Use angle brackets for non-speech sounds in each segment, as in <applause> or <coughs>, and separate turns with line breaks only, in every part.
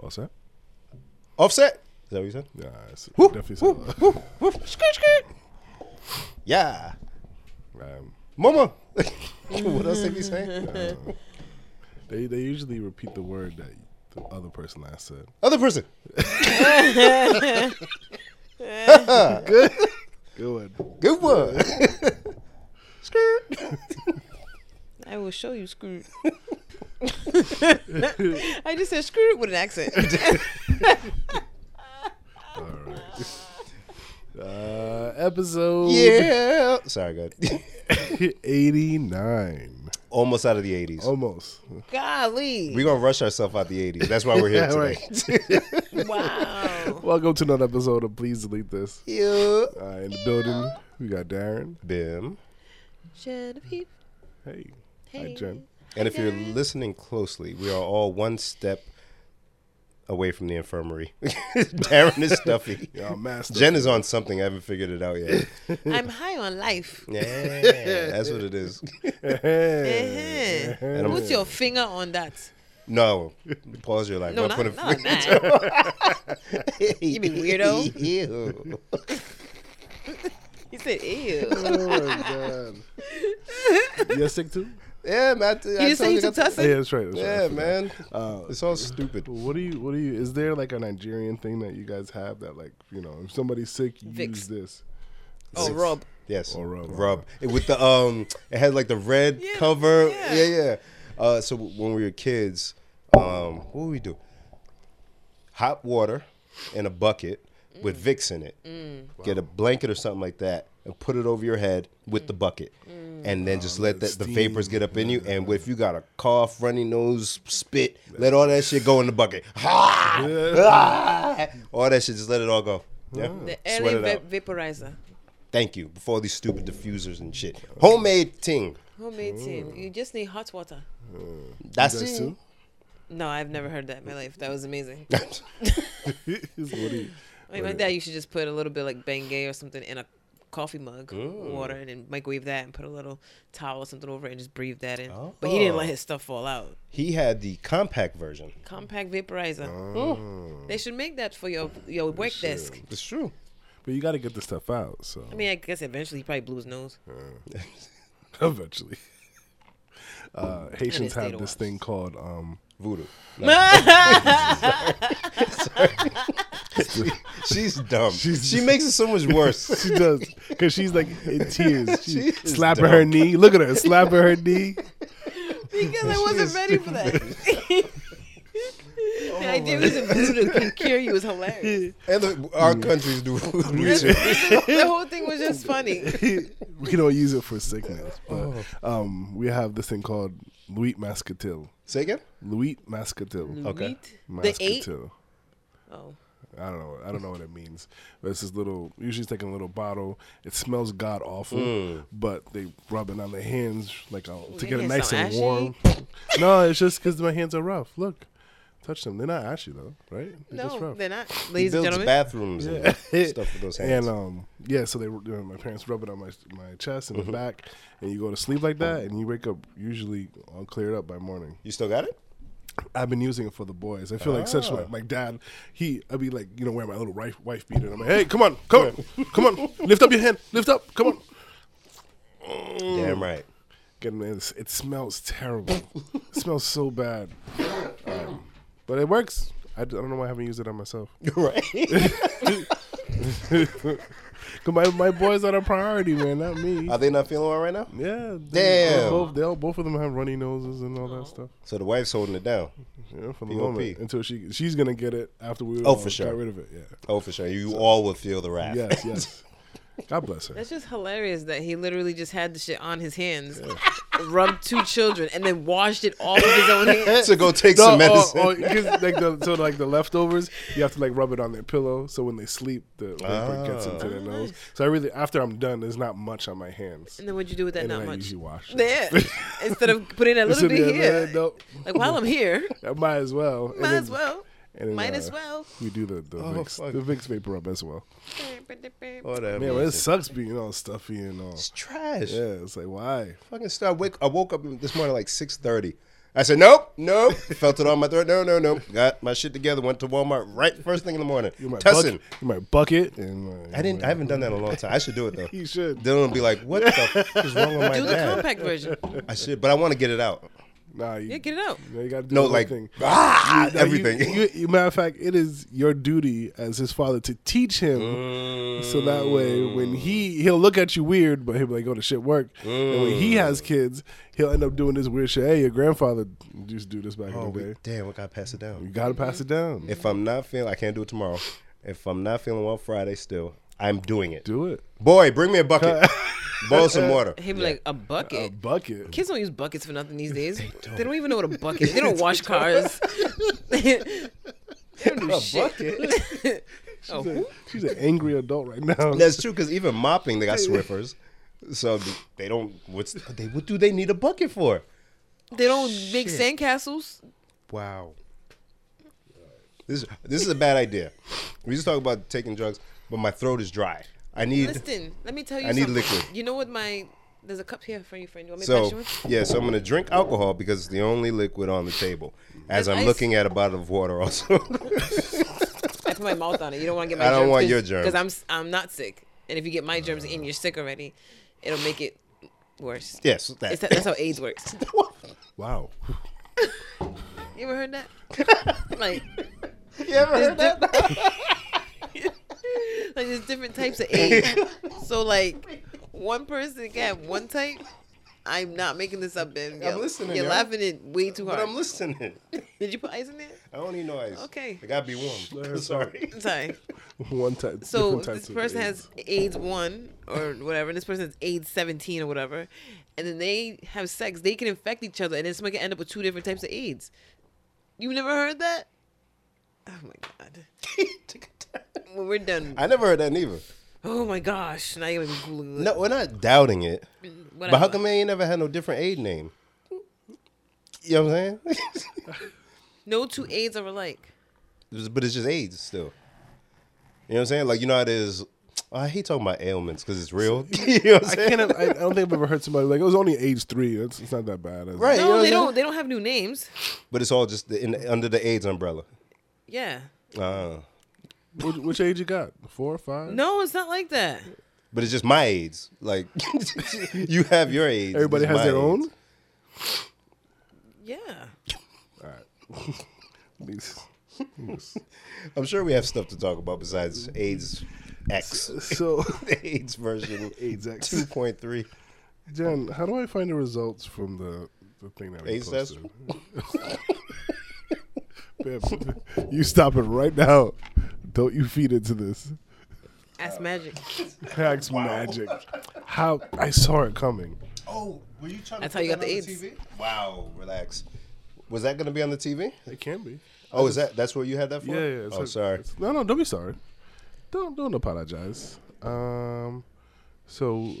Offset?
Offset. Is that what you said?
Yeah, it's
Woo,
definitely
woo,
something.
woo, woo, skirt, skirt. Yeah. <laughs>
Um,
Mama. what else they be saying? <laughs>
they they usually repeat the word that the other person I said.
Other person. <laughs>
Good one.
Good one. <laughs> skirt.
I will show
<laughs>
you screwed. <laughs> I just said screwed with an accent.
<laughs>
All right. Uh, episode
<laughs> Yeah. Sorry, good.
89.
<laughs> Almost out of the 80s.
Almost.
Golly.
We're going to rush ourselves out the 80s. That's why we're here
<laughs> Yeah,
today.
wow.
Welcome to another episode of Please Delete This.
Yeah.
Uh, in the building, we got Darren.
Bim.
Genevieve.
Hey. Hi,
Hey.
Jen.
And if you're
Gary.
listening closely, we are all one step away from the infirmary. <laughs> Darren is stuffy. <laughs>
Y'all master. <laughs>
Jen is on something. I haven't figured it out yet.
I'm high on life.
Yeah, that's what it is.
Eh-heh.
I'm-
Put your finger on that.
No, pause your life.
No,
I'm
not,
putting-
not <laughs> that.
<laughs>
you be weirdo.
Ew.
He said, ew.
oh my god. You're sick too?
<laughs> Yeah, man. I t- I
He just said
told
he
you
took
that-
Yeah,
tussin.
that's right. That's right. I
Yeah,
forgot.
man.
Uh,
It's all stupid.
What do you? What do you? Is there like a Nigerian thing that you guys have that like you know if somebody's sick, you
Vicks.
use this? <laughs>
Oh, rub.
Yes.
Or rub.
Rub. It, with the um, it had like the red
Yeah,
cover. Yeah,
yeah.
yeah. Uh, so when we were kids, um, what would we do? Hot water in a bucket with
Mm.
Vicks in it. Get a blanket or something like that and put it over your head with the
Mm.
bucket, and then just let that, the vapors get up in you. And if you got a cough, runny nose, spit, let all that shit go in
<laughs>
the bucket. <laughs> Ha! Ah! all that shit, just let it all go. Yeah,
The
Sweat
early
it out.
va- vaporizer.
Thank you. Before these stupid diffusers and shit. Homemade ting.
Homemade tin. You just need hot water.
That's
guys
it.
too?
No, I've never heard that in my life. That was amazing.
Is what do you-
I mean, my dad used to just put a little bit like Bengay or something in a coffee mug, water, and then microwave that and put a little towel or something over it and just breathe that in. But he
Oh.
didn't let his stuff fall out.
<laughs> he had the compact version.
Compact vaporizer.
Oh.
They should make that for your your work desk.
It's true.
But you got to get the stuff out. So <laughs>
I mean, I guess eventually he probably blew his
<laughs>
nose.
eventually, uh, Haitians
stay
have
to
this
watch.
thing called um,
<laughs>
<laughs>
Voodoo. No. <laughs> Sorry. She's dumb.
She's-
she makes it so much worse.
<laughs> She does because she's like
<laughs>
in tears. She
She is
slapping her knee. Look at her slapping her knee. <laughs>
Because I wasn't ready for
<laughs>
that. the idea was
Oh.
a voodoo can cure you is
<laughs>
hilarious.
and the, our countries do voodoo too.
the whole thing was just funny.
we don't use it for sickness,
Oh.
but um, we have this thing called Louis Mascatil.
Say again?
Louis Mascatil.
Okay.
Meat, the eight.
Mascatil.
Oh,
I don't know. I don't know what it means. But it's this little. Usually, it's like in a little bottle. It smells god awful, but they rub it on their hands like uh, to get
your
it
hands
nice
so
and
ashy.
warm. no, it's just because my hands are rough. Look, touch them. They're not ashy though, right? They're just
no,
rough.
they're not,
He
ladies and
builds
gentlemen.
bathrooms and stuff with those hands.
And um, yeah, so they you know, my parents rub it on my my chest and the back, and you go to sleep like that, and you wake up usually all cleared up by morning.
you still got it?
I've been using it for the boys. I feel like such
Ah.
my, my dad. He I'd be like you know wearing my little wife wife beater. And I'm like, hey, come on, come on, come
<laughs>
on, lift up your hand, lift up, come on.
Damn right.
Getting this, it smells terrible. it smells so bad, Um, but it works. I d- I don't know why I haven't used it on myself. <laughs>
right.
'Cause my my boys are the priority, man, not
<laughs>
me.
Are they not feeling well right now?
Yeah.
Damn.
Both, they all, both of them have runny noses and all that stuff.
So the wife's holding it down.
Yeah, for the
POP.
moment. Until she she's gonna get it after we
Oh,
all
for sure.
got rid of it. Yeah.
Oh, for sure. You all will feel the wrath.
Yes,
<laughs>
yes. God bless her.
That's just hilarious that he literally just had the shit on his hands, rubbed two children, and then washed it all with his own
<laughs>
hands.
to go take
No, oh,
some medicine.
or- or- 'cause, like the, so like the leftovers, you have to like rub it on their pillow so when they sleep, the vapor gets into their nose. So I really, after I'm done, there's not much on my hands,
And then what'd you do with that?
and then
Not
I
much.
usually wash. it.
There. Instead of putting a
<laughs>
little
So, yeah,
bit here.
man, no,
Like while I'm here,
I might as well. And
might
then-
as well.
and then,
Might
uh,
as well.
We do the the,
Oh, fuck.
Vicks, the Vicks vapor rub as well.
<laughs> Whatever.
Man, well, it sucks being all stuffy and all.
it's trash.
Yeah, it's like why?
Fucking start wake. I woke up this morning like six thirty, I said, nope,
<laughs>
nope. Felt it on my throat. No, no, no. Got my shit together. Went to Walmart right first thing in the morning.
You might
Tussin.
bucket. You might bucket. And like,
I didn't. I haven't done that in a long time. I should do it though.
<laughs> You should.
Dylan will be like,
<laughs>
"What the fuck is wrong with my
Do the
dad?"
compact version.
I should, but I want to get it out.
Nah, you,
Yeah, get it out.
Yeah, you gotta do
No,
the whole
like
thing.
ah,
Now, you-
everything.
You, <laughs> you- matter of fact, it is your duty as his father to teach him, so that way when he he'll look at you weird, but he'll be like, "Go to shit work." And when he has
Mm.
kids, he'll end up doing this weird shit. Hey, your grandfather used to do this back
<laughs>
in
oh,
the
we-
day.
damn, we gotta pass it down.
you gotta pass it down.
If I'm not feeling, I can't do it tomorrow. If I'm not feeling well Friday, still, I'm doing it.
do it.
Boy, bring me a bucket. Boil some water.
He'd be like, a bucket.
A bucket.
Kids don't use buckets for nothing these days. They don't, even know what a bucket is. They don't wash cars. <laughs> they don't do
A
shit. <laughs> oh, who?
She's an angry adult right now.
<laughs> That's true because even mopping, they got Swiffers, so they don't. What's they? What do they need a bucket for?
They don't make sandcastles.
Wow. This this is a bad idea. We just talk about taking drugs, but my throat is dry. I need <laughs>
Listen, let me tell you
I need
something.
liquid.
You know what my there's a cup here for you, friend. You want me to pass you
so
one?
yeah. So I'm gonna drink alcohol because it's the only liquid on the table. As
There's
I'm
ice.
looking at a bottle of water, also.
<laughs> I put my mouth on it. You don't want to get
<laughs>
my
I don't
germs
want
cause,
your germs.
because I'm s- I'm not sick. And if you get my germs and you're sick already, it'll make it worse.
yes, that.
It's that, that's how AIDS works.
Wow. <laughs>
You ever
<laughs>
heard that? like
<laughs> you ever heard that?
<laughs> like there's different types of AIDS. so like one person can have one type. I'm not making this up, Ben. You're-
listening,
You're
yo.
laughing it way too
But
hard.
I'm listening.
Did you put ice in there?
I don't need no ice.
Okay.
I gotta be warm. <laughs> Sorry.
Sorry.
One type.
So
different types
this
of
person
AIDS.
has AIDS one or whatever, and this person has AIDS seventeen or whatever, and then they have sex. They can infect each other, and then someone can end up with two different types of AIDS. You never heard that? Oh my god. When we're done.
<laughs> I never heard that neither.
Oh my gosh. Now you're gonna be Googling it.
No, we're not doubting it.
Whatever.
But how come they ain't never had no different aid name? You know what I'm saying? <laughs>
No two AIDS are alike.
It's- but it's just AIDS still. You know what I'm saying? Like you know how it is. I hate talking about ailments because it's real. <laughs> you know what I'm
I
saying?
can't. Have, I, I don't think I've ever heard somebody like it was only age three. That's it's not that bad. is it?
Right. you know what
No,
I'm
they
saying?
don't. They don't have new names.
But it's all just the, in, under the AIDS umbrella.
Yeah.
Uh,
Which, which age you got? Four, five.
No, it's not like that.
but it's just my AIDS. Like <laughs> you have your AIDS.
Everybody
it's
has
my
their
AIDS.
own.
Yeah.
I'm sure we have stuff to talk about besides AIDS X,
<laughs> So,
<laughs> AIDS version
AIDS X.
2.3.
Jen, how do I find the results from the, the thing that we
AIDS test?
posted? <laughs> Babe, you stop it right now. Don't you feed into this.
That's magic.
Hacks magic. How I saw it coming.
Oh, were you trying?
That's how you got the AIDS.
Wow, relax. Was that going to be on the TV?
It can be.
Oh, is that that's where you had that for?
Yeah, yeah.
Oh, sorry.
No, no, don't be sorry. Don't don't apologize. Um so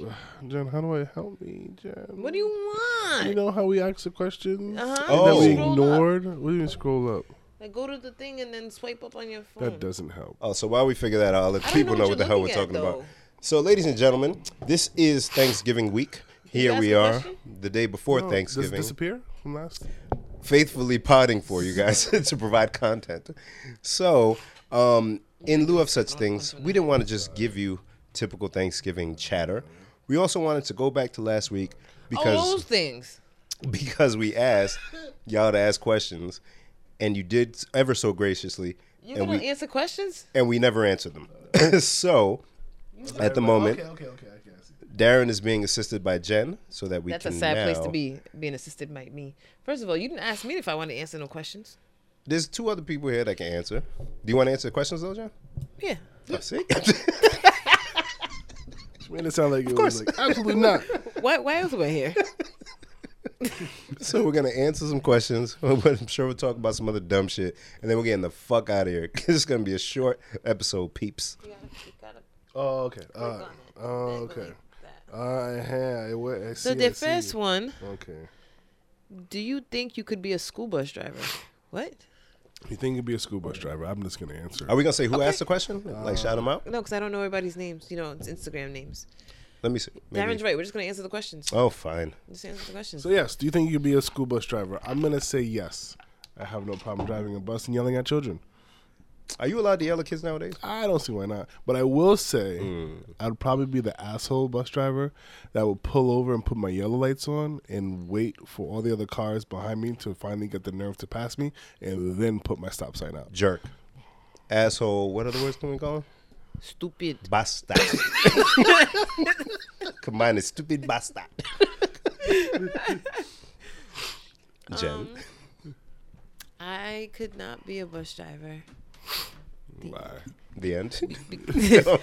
Jen, how do I help me, Jen?
What do you want?
You know how we asked the questions
Uh-huh.
that
Oh.
we
Scroll up.
ignored? We didn't scroll up.
Like go to the thing and then swipe up on your phone.
That doesn't help.
Oh, so while we figure that out, I'll let
I don't
people
know
know
what
what the
you're
hell we're
looking at,
talking about.
though.
So, ladies and gentlemen, this is Thanksgiving week. Here
ask
we
a
are,
question?
the day before
Oh, Does
Thanksgiving,
it disappear from last?
faithfully potting for you guys <laughs> to provide content. So, um, in lieu of such things, we didn't want to just give you typical Thanksgiving chatter. We also wanted to go back to last week because
All those things.
<laughs> because we asked y'all to ask questions, and you did ever so graciously,
You're
and
gonna
we
answer questions?
and we never answered them. <laughs> so, at the moment,
okay, okay, okay. I see.
Darren is being assisted by Jen, so that we
That's a
can
sad place to
now-
be. Being assisted by me. First of all, you didn't ask me if I wanted to answer no questions.
There's two other people here that can answer. Do you want to answer the questions though, Jen?
Yeah.
Oh, see, <laughs>
Made it sound like it
course.
was
<laughs>
like absolutely not.
Why? Why else am I <laughs> here?
so we're gonna answer some questions, <laughs> but I'm sure we'll talk about some other dumb shit, and then we're getting the fuck out of here. it's gonna be a short episode, peeps.
Oh, okay. Uh, oh, okay. I had. I, wa- I see,
So the
I see.
first one.
Okay.
Do you think you could be a school bus driver? What?
You think you'd be a school bus driver? I'm just gonna answer.
Are we gonna say who asked the question? Like shout them out.
No, because I don't know everybody's names. You know, it's Instagram names.
Let me see. Maybe-
Darren's right. We're just gonna answer the questions.
Oh, fine.
Just answer the questions.
So yes, do you think you could be a school bus driver? I'm gonna say yes. I have no problem driving a bus and yelling at children.
Are you allowed to yell at kids nowadays?
I don't see why not. But I will say, I'd probably be the asshole bus driver that would pull over and put my yellow lights on and wait for all the other cars behind me to finally get the nerve to pass me and then put my stop sign out.
Jerk. Asshole. What other words can we call him?
Stupid.
Basta. Come on, it's stupid basta. Jen.
I could not be a bus driver.
Bye.
the end.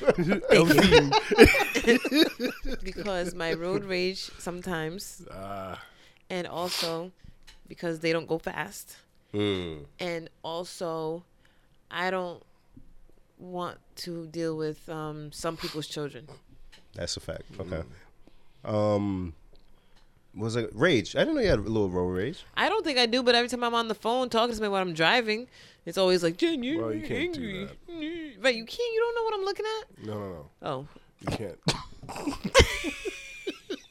<laughs> because my road rage sometimes,
Ah.
and also because they don't go fast,
Hmm.
Mm.
and also I don't want to deal with um, some people's children.
That's a fact. Okay. Um, what was it rage? I didn't know you had a little road rage.
I don't think I do, but every time I'm on the phone talking to somebody while I'm driving, it's always like, Jen, you're
Well, you can't do
angry. Right, you can't. You don't know what I'm looking at.
No, no, no.
Oh,
You can't.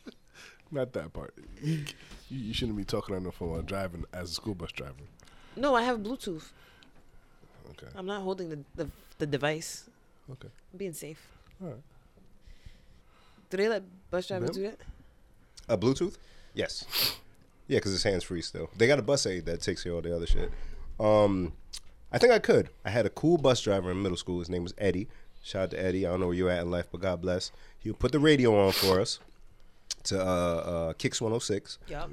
<laughs> not that part. You, you, you shouldn't be talking on the phone while driving as a school bus driver.
no, I have Bluetooth.
Okay.
I'm not holding the the, the device.
Okay.
I'm being safe.
Alright.
Do they let bus
Yep.
drivers do that?
A Bluetooth? Yes. Yeah, because it's hands free still. They got a bus aid that takes care of all the other shit. Um, I think I could. I had a cool bus driver in middle school. His name was Eddie. Shout out to Eddie. I don't know where you're at in life, but God bless. He'll put the radio on for us to uh, uh, Kicks 106.
Yep.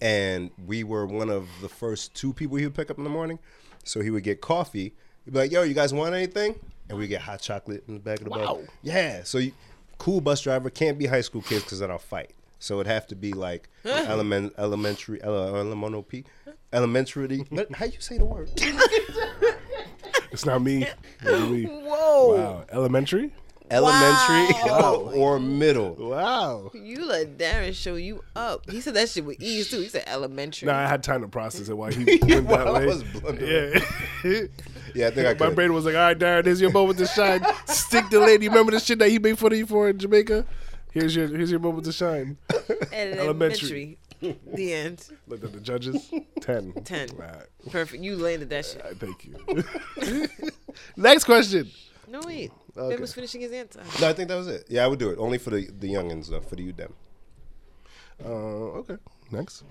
and we were one of the first two people he would pick up in the morning. So he would get coffee. He'd be like, "Yo, you guys want anything?" And we get hot chocolate in the back of the
Wow.
bus. Yeah. So you, cool bus driver can't be high school kids because then I'll fight. So it'd have to be <laughs> like element, elementary, ele- elemental p, <laughs> elementary. How you say the word?
It's not me. It's me.
Whoa.
Wow. Elementary?
elementary <laughs> or middle.
Wow.
You let Darren show you up. He said that shit with ease too. He said elementary.
No, I had time to process it while
<laughs>
he went that
While I
way.
was blundering.
yeah.
Yeah, I <laughs> think I
My
could.
brain was like, all right, Darren, here's your moment to shine. Stick the lady. Remember the shit that he made fun of you for in Jamaica? Here's your here's your moment to shine.
elementary. the end.
Look at the judges. Ten.
Ten.
All right.
Perfect. You landed that shit.
All right, thank you. <laughs> Next question.
No wait. Ben was finishing his answer.
No, I think that was it. Yeah, I would do it only for the the youngins though, for the you them.
Uh, okay. Next.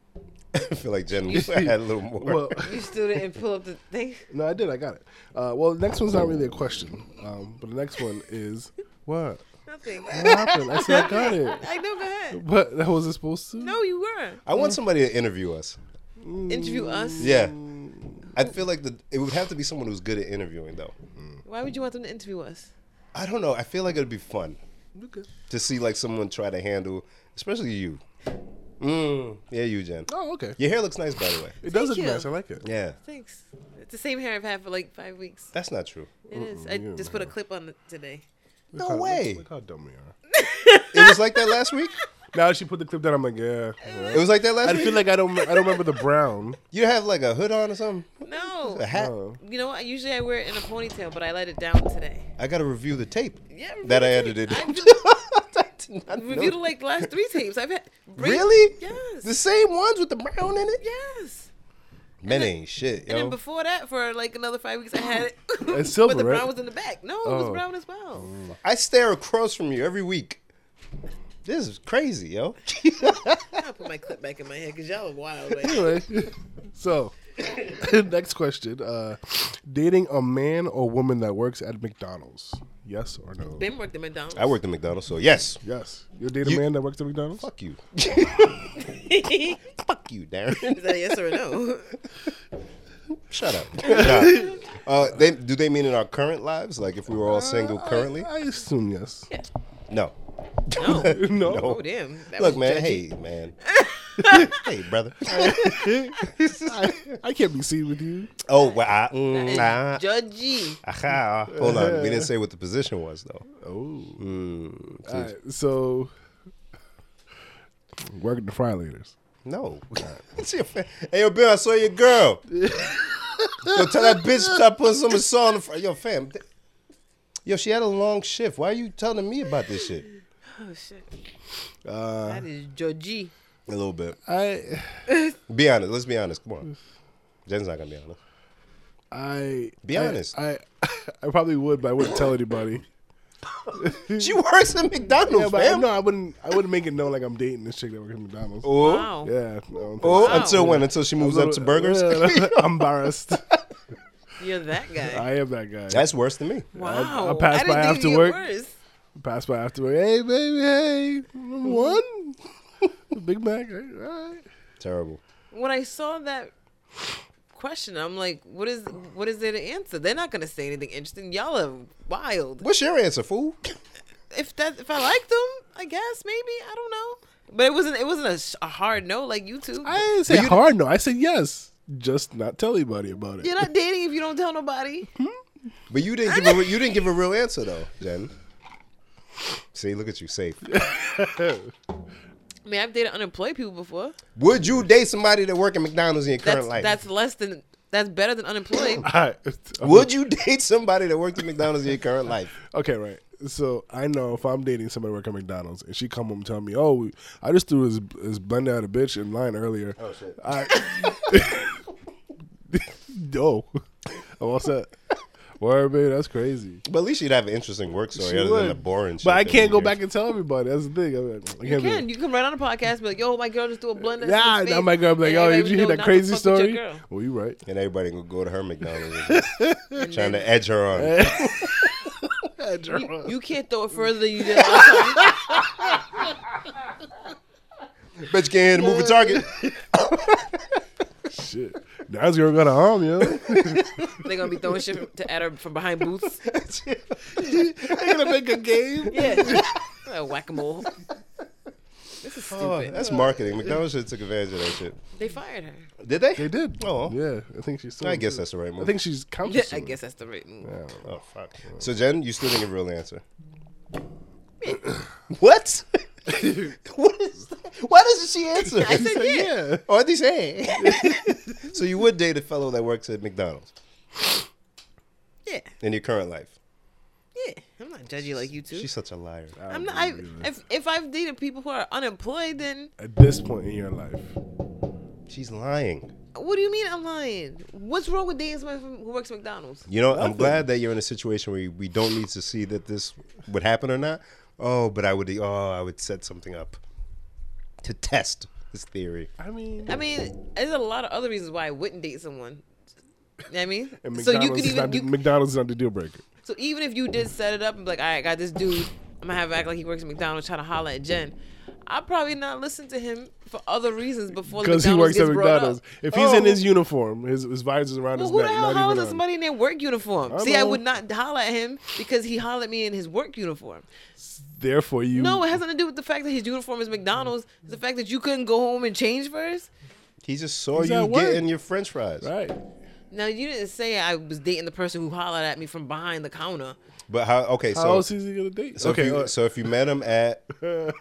<laughs> I feel
<laughs>
like Jen wish I had a little more.
Well,
You still didn't pull up the thing.
no, I did. I got it. Uh, well, the next one's not really a question, um, but the next one is what?
Nothing.
What happened? I said I got it.
I know. Go ahead.
But that wasn't supposed to.
No, you were.
<laughs> I want somebody to interview us.
Interview us.
Yeah.
Mm.
I feel like the it would have to be someone who's good at interviewing though.
Why would you want them to interview us?
I don't know. I feel like it'd be fun
Okay.
to see like someone try to handle, especially you. Mm, yeah, you, Jen.
Oh, okay.
Your hair looks nice, by the way.
It does look
you.
nice. I like it.
Yeah,
Thanks. It's the same hair I've had for like five weeks.
that's not true.
It is. I just put a clip on it today.
No way.
Look how dumb we are.
It was like that last week.
Now she put the clip down. I'm like, yeah. yeah.
It was like that
I
last week.
feel like I don't. I don't remember the brown.
you have like a hood on or something,
No.
a hat.
Oh.
You know what? Usually I wear it in a ponytail, but I let it down today.
I gotta review the tape
Yeah, review
that
the
I
tape.
edited. <laughs>
I
did not know.
Reviewed it like last three
<laughs>
tapes. I've had. Bra-
Really?
Yes.
The same ones with the brown in it.
Yes.
Men ain't shit,
And then
yo.
before that, for like another five weeks, I had it.
<laughs>
<laughs>
It's silver,
But the brown
right?
was in the back. No, it
Oh.
was brown as well.
I stare across from you every week. This is crazy, yo.
I'll put my clip back in my head because y'all are wild. Right?
<laughs> Anyway, so <laughs> next question: uh, Dating a man or woman that works at McDonald's? Yes or no?
Ben worked at McDonald's.
I worked at McDonald's, so yes.
Yes. You date a
You-
man that works at McDonald's?
Fuck you.
<laughs> Is
Fuck you, Darren. <laughs>
that a yes or
<laughs>
a no?
Shut up. Nah. Uh, they, do they mean in our current lives? Like if we were all single
I-
currently?
I, assume yes.
No.
<laughs> No.
No.
Oh damn. That
Look,
was
man.
judgy.
Hey, man. <laughs> hey,
<laughs>
brother.
<laughs> I, I can't be seen with you.
oh, well, I,
That
mm,
is
nah.
Judgy.
Aha. Hold on. We didn't say what the position was, though.
Oh.
Mm,
All right, so working the fry laters.
No. <laughs> What's your fa- hey, yo, Bill, I saw your
<laughs>
girl. yo, tell that bitch stop putting some salt on the fr- Yo, fam. th- Yo, she had a long shift. Why are you telling me about this shit?
Oh shit.
Uh,
That is Georgie.
a little bit.
I
Be honest. Let's be honest. Come on. Jen's not gonna be honest.
I
Be
I-
honest.
I <laughs> I probably would, but I wouldn't tell
<laughs>
anybody.
She works at McDonald's,
Yeah, but I,
fam.
no, I wouldn't. I wouldn't make it known like I'm dating this chick that works at McDonald's.
Oh,
Wow.
Yeah. no, I don't think
oh,
so.
Wow.
until when? Until she moves up
<laughs>
to burgers.
I'm embarrassed.
You're that guy.
I am that guy.
<laughs> That's worse than me.
wow.
I pass
didn't
by
think
after
you were
work.
worse.
Pass by after. Hey, baby. Hey, one <laughs> Big Mac. All right.
Terrible.
When I saw that question, I'm like, what is what is there to answer? They're not gonna say anything interesting. Y'all are wild.
What's your answer, fool?
if that if I liked them, I guess maybe I don't know. But it wasn't it wasn't a, sh- a hard no like you two.
I didn't say hard no. I said yes. Just not tell anybody about it.
You're not dating if you don't tell nobody.
But you didn't give a, you didn't give a real answer though, Jen. See, look at you, safe.
I mean, I've dated unemployed people before.
Would you date somebody that work at McDonald's in your current
That's
life?
that's less than that's better than
<laughs>
unemployed.
<coughs> I,
Would you date somebody that worked at McDonald's in your current life?
Okay, right. So I know if I'm dating somebody working at McDonald's and she come home and tell me, "Oh, we- I just threw his, his blender at a bitch in line earlier." Oh
shit.
I, <laughs> no, I'm all set. Word, baby, that's crazy.
But at least you'd have an interesting work story
She
other than
would.
the boring. shit
But I
that
can't
we
go
hear.
back and tell everybody. That's the thing. I'm like, I
You
can't be
can. You can right on a podcast and be like, yo, my girl just threw a blender.
yeah, now my girl be like, "Oh, did you hear that crazy story?"
Trying
Well, you right.
<laughs> And everybody gonna go to
<laughs>
her McDonald's, and trying to edge her on.
You can't throw it further than you did last time.
Bet you can't move a target.
<laughs> Shit, now this girl got a arm, yo.
They're gonna be throwing shit to, at her from behind booths.
<laughs> They gonna make a game. <laughs>
<laughs> Yeah, whack a mole. This is stupid.
That's marketing. McDonald's should have took advantage of that shit.
They fired her.
Did they?
They did.
Oh.
yeah. I think she's.
I guess that's the right move.
I think she's counter.
Yeah, I guess that's the right move.
Oh fuck. So Jen, you still didn't get a real
<coughs>
answer.
<laughs>
what? what is that? Why doesn't she answer?
I said yeah.
<laughs>
yeah.
Or they say. <laughs> so you would date a fellow that works at McDonald's
yeah,
in your current life.
yeah. I'm not judgy like you two.
She's such a liar.
I'm not. I, if if I've dated people who are unemployed, then
At this point in your life,
She's lying.
what do you mean I'm lying? What's wrong with dating somebody from, who works at McDonald's?
You know, I'm glad that you're in a situation where we don't need to see that this would happen or not. Oh, but I would. Oh, I would set something up to test this theory.
I mean,
I mean, there's a lot of other reasons why I wouldn't date someone. You know what I mean,
and
so
McDonald's,
you could
is
even
not,
you,
McDonald's is not the deal breaker.
So even if you did set it up and be like, all right, I got this dude, I'm gonna have him act like he works at McDonald's, trying to holler at Jen. I probably not listen to him for other reasons before the
Because
McDonald's
he works at
gets brought
McDonald's.
up.
If he's in
Oh.
his uniform, his, his visor's around
Well,
his
who the
neck.
hell
not even
hollers at
on.
somebody in their work uniform?
I
See, I
know.
would not holler at him because he hollered at me in his work uniform.
Therefore, you.
No, it has nothing to do with the fact that his uniform is McDonald's. It's the fact that you couldn't go home and change first.
He just saw
He's
you
at work.
getting your French fries.
Right.
Now you didn't say I was dating the person who hollered at me from behind the counter.
But how? Okay,
How
so
else is he going to date?
So,
okay.
if you,
uh,
so if you met him at the,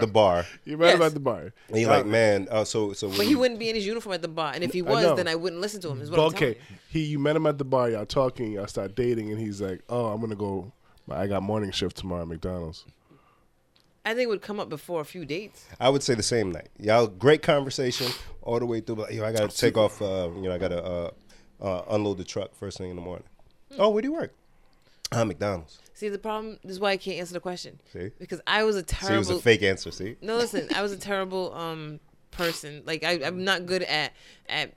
the bar,
you're right
Yes.
about the bar.
and you're like, man, uh, so so.
But he wouldn't be in his uniform at the bar, and if he was,
know.
then I wouldn't listen to him. Is what I'm telling
Okay.
you.
He, you met him at the bar. Y'all talking. Y'all start dating, and he's like, "Oh, I'm gonna go. I got morning shift tomorrow at McDonald's."
I think it would come up before a few dates.
I would say the same night. Y'all, great conversation all the way through. But, yo, I gotta take off. Uh, you know, I gotta uh, uh, unload the truck first thing in the morning.
Hmm.
Oh, where do you work? Uh, McDonald's.
See, the problem this is why I can't answer the question.
See?
Because I was a
See, it
terrible.
was a fake answer. See,
No, listen, I was a terrible um person. Like I, I'm not good at at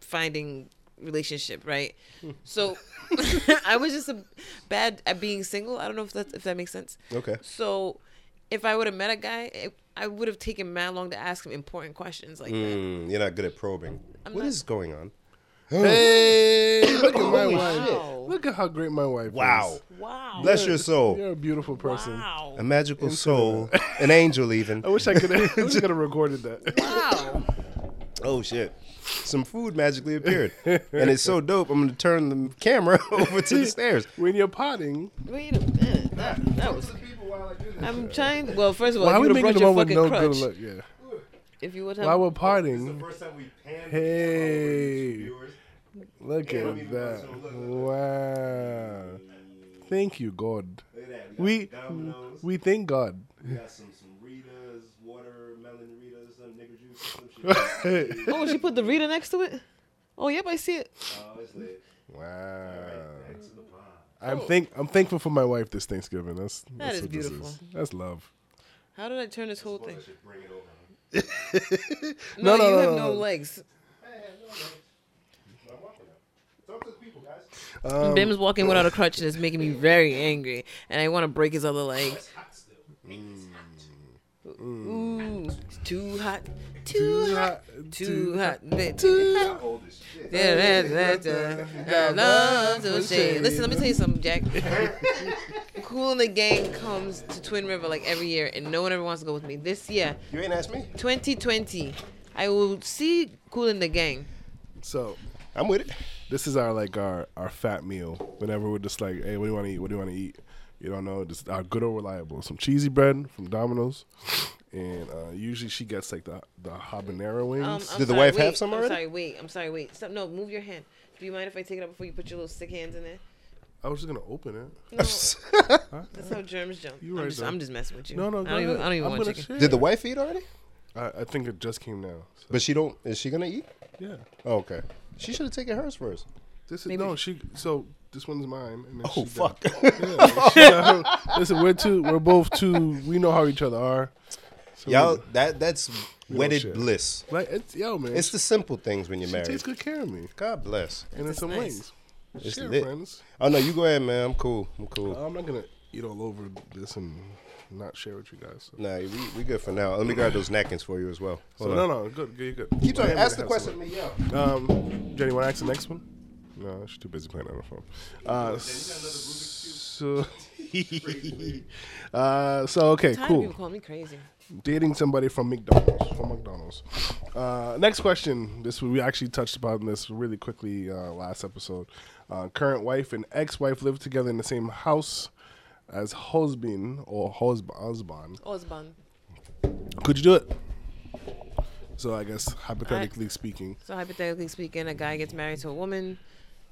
finding relationship, right? So <laughs> I was just a bad at being single. I don't know if that if that makes sense.
Okay.
So if I would have met a guy, it, I would have taken mad long to ask him important questions like that.
Mm, you're not good at probing. What is
not-
going on?
Hey, look at my
Holy
wife.
shit.
Wow.
Look at how great my wife
Wow.
is.
Wow.
Bless your
You're
soul,
a beautiful person.
Wow.
a magical soul, an angel even.
I wish I could.
<laughs>
I wish I could have recorded that.
Wow.
Oh shit. Some food magically appeared. and it's so dope, I'm gonna turn the camera <laughs> over to the stairs.
When you're potting,
Wait a minute. That, that was. I'm trying. Well, first of all,
why are
if
we
you would
making the
have brought
one
your
with
fucking
no
crutch,
good look? Yeah.
if you would
Why
have,
we're potting?
first time we panned
Hey, look at that! Wow. Thank you, God.
Look at that. got
We
Domino's.
we thank God.
We got some some Ritas, watermelon Ritas, some nigga juice, some shit. <laughs>
Oh, she put the Rita next to it. Oh, yep, I see it.
oh, it's lit.
Wow.
Back to the pod.
I'm thank I'm thankful for my wife this Thanksgiving. That's that's
is
what
beautiful.
This is. That's love.
How did I turn this whole thing?
That should bring it over.
No,
no,
you
no,
have
no,
no
no.
legs.
I'm walking up. Talk to the people, guys.
Bim's walking without a crutch and it's making me very angry, and I want to break his other leg.
It's hot still.
Ooh, it's too hot, too,
Too
hot,
hot,
too hot, bitch. too hot.
Old as shit.
Yeah, that's- that's, uh, I love to shade. Listen, let me tell you something, Jack. <laughs> cool and the Gang comes to Twin River like every year, and no one ever wants to go with me. This year,
You ain't asked me. <laughs>
2020, I will see Cool and the Gang.
So
I'm with it.
this is our like our our fat meal. Whenever we're just like, hey, what do you want to eat? What do you want to eat? You don't know. Just our good old reliable. Some cheesy bread from Domino's, and uh, usually she gets like the the habanero wings.
Um, I'm
Did the
sorry,
wife
wait,
have some
I'm
already?
sorry, wait. I'm sorry, wait. Stop, no, move your hand. Do you mind if I take it out before you put your little sick hands in there?
I was just gonna open it.
No,
<laughs>
that's how germs jump.
You
I'm,
right,
just,
though.
I'm just messing with you.
No, no,
I
go
don't even,
ahead.
I don't even
I'm
want
gonna
chicken.
share.
Did the wife eat already?
I, I think it just came now. So,
But she don't. Is she gonna eat?
yeah.
Oh, okay. She should have taken hers first.
This is
Maybe.
no. She so this one's mine. And then
Oh
she
fuck.
Yeah, <laughs> listen, we're two. We're both two. We know how each other are. So
Y'all, that that's
share.
wedded bliss.
we- like it's yo man.
It's the simple things when you're
she
married.
takes good care of me,
God bless.
and it's
That's
some
nice.
wings.
It's
Share,
lit.
friends.
Oh no, you go ahead, man. I'm cool. I'm cool.
I'm not gonna eat all over this and not share with you guys. So,
Nah, we, we good for now. Let me grab those napkins for you as well.
so
Hold on.
no, no, good, good, good.
Keep
I
talking.
am
Ask the
gonna have
question.
some
to me, yo.
more. Um, Jenny, want to ask the next one? No, she's too busy playing on her phone. Uh, so, <laughs> uh, so okay,
I'm tired of
cool.
people calling me crazy.
dating somebody from McDonald's. From McDonald's. Uh, next question. This we actually touched upon this really quickly uh, last episode. Uh, current wife and ex-wife live together in the same house as husband or husb- husband.
Osban.
Could you do it? So I guess hypothetically speaking,
So hypothetically speaking, a guy gets married to a woman.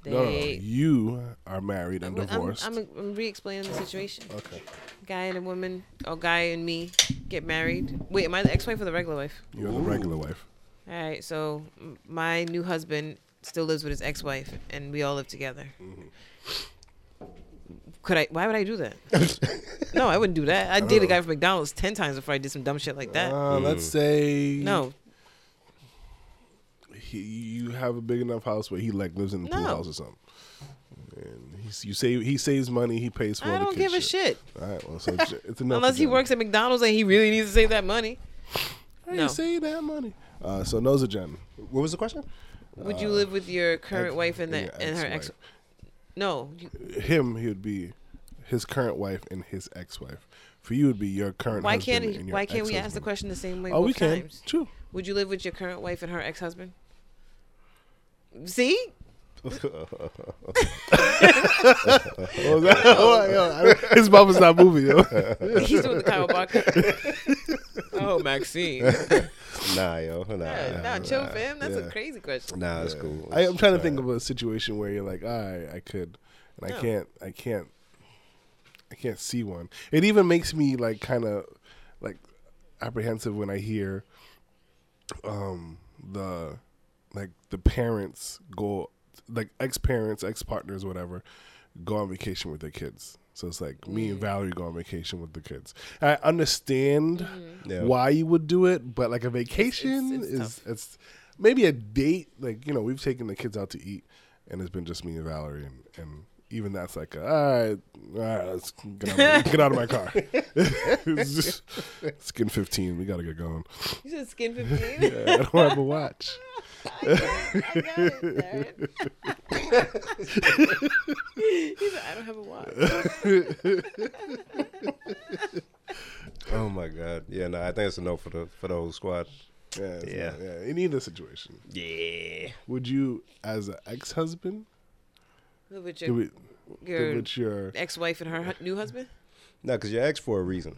They,
no, no, no, you are married and
Well, I'm-
divorced.
I'm, I'm, re-explaining the situation.
okay,
Guy and a woman, or guy and me, get married. Wait, am I the ex-wife or the regular wife?
you're the regular wife.
All right, so m- my new husband still lives with his ex-wife, and we all live together.
Mm-hmm.
Could I? Why would I do that? no, I wouldn't do that. I'd date a guy from McDonald's ten times before I did some dumb shit like that.
Uh, Let's say
no,
he, you have a big enough house where he like lives in a pool
No.
house or something. And he's, you save he saves money, he pays for all
I
the
don't
kid
give a shit.
All right, well, so it's,
<laughs>
it's enough.
Unless
for
he
Jenny.
works at McDonald's and he really needs to save that money.
hey,
no. Mm-hmm.
save that money. Uh, so no's a Jen.
What was the question?
Would you live with your
Uh,
current
ex-
wife and, the,
yeah,
and her ex?
ex-wife.
No, you-
Him, he would be his current wife and his ex-wife. For you, would be your current.
Why
husband
can't
and
he,
your
why can't we ask the
ex-husband.
question the same way
Oh,
both
we can.
times?
True. <laughs>
Would you live with your current wife and her ex husband? See,
Oh, is that- oh, yo, I- his mom is not moving. Yo.
<laughs>
<laughs> he's doing the Kyle Barker. oh, Maxine.
Nah, yo. Nah.
Yeah,
nah,
nah, chill, fam. That's
yeah.
a crazy question.
nah it's cool.
I, I'm trying to think of a situation where you're like, I, I could, and I
No.
can't, I can't, I can't see one. It even makes me like kind of like apprehensive when I hear um the like the parents go like ex parents, ex partners, whatever, go on vacation with their kids. So it's like me and Valerie go on vacation with the kids. I understand
Yeah.
why you would do it, but like a vacation
it's
is it's maybe a date. Like you know, we've taken the kids out to eat, and it's been just me and Valerie, and, and even that's like, all right, all right, let's get out of, get out of my
<laughs>
car. <laughs> it's just it's getting fifteen. We gotta get
<laughs>
going.
You said skin 15?
I don't have a watch.
I got it, <laughs> Darren. he said, I don't have a watch.
Oh my god. Yeah, no, I think it's a no for the for the whole squad.
Yeah, it's
Yeah.
not- yeah. In either situation,
Yeah.
would you, as an ex-husband,
Live with
do
your,
it?
your
Would your
ex wife and her hu- new husband?
No, because you're ex for a reason.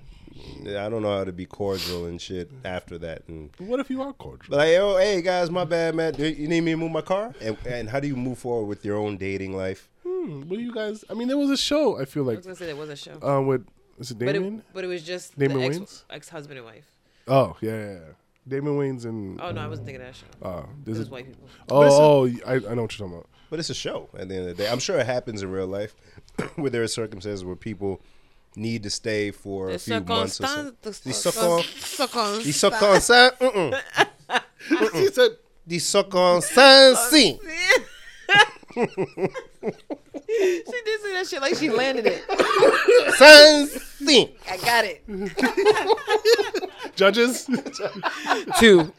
I don't know how to be cordial and shit after that. And
what if you are cordial?
but like, oh, hey guys, my bad, man. Do you need me to move my car? And, and how do you move forward with your own dating life?
hmm, what do you guys? I mean, there was a show. I feel
I
like
was gonna say there was a show,
uh, with is it
but
Damien?
it, but it was just
Damon
the
Wayans?
ex ex husband and wife.
oh yeah, yeah, yeah. Damon Wayans and
Oh no, I wasn't thinking of that show.
uh,
It
there's
was
a,
white people.
oh, oh I, I know what you're talking about.
But it's a show at the end of the day. I'm sure it happens in real life <clears throat> where there are circumstances where people need to stay for a
The
few months or
circumstan-
something.
the
These suck on.
circumstan- <laughs>
These suck on sign. Mm-mm. She said, these suck on sign sing.
she did say that shit like she landed it.
Sign sing.
I got it.
<laughs>
Judges,
Two.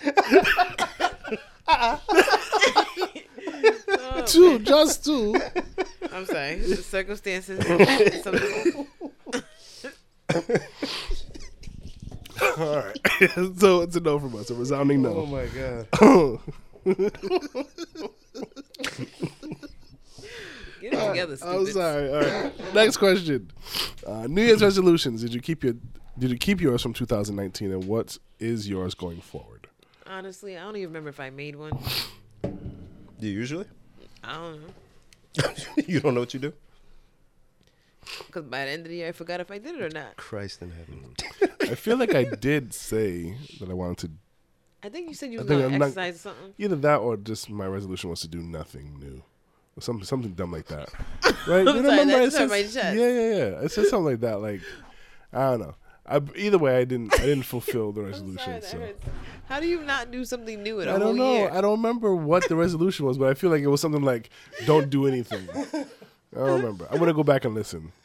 two, just two.
Oh,
<laughs>
I'm sorry. The circumstances. Some-
All right, so it's a no from us. A resounding no.
Oh my <laughs> God.
Get it together, stupid.
I'm sorry. All right. Next question. Uh, New Year's resolutions. Did you keep your Did you keep yours from 2019? And what is yours going forward?
Honestly, I don't even remember if I made one.
You usually? <laughs>
I don't know.
you don't know what you do?
Because by the end of the year, I forgot if I did it or not.
Christ in heaven.
I feel like I did say that I wanted to
I think you said you
I
was
think
going to
I'm not-
exercise or something.
either that or just my resolution was to do nothing new. Or something something dumb like
<laughs>
that. Right? You
I'm sorry, that
I
just
said,
hurt my chest.
Yeah, yeah, yeah. I said something like that, like I don't know. I, either way I didn't I didn't fulfill the
<laughs> I'm
resolution.
sorry, that
so.
hurts. How do you not do something new in a
I
whole
don't know.
year?
I don't remember what the resolution was, but I feel like it was something like "Don't do
<laughs>
anything." I don't remember. I'm gonna go back and listen.
<laughs>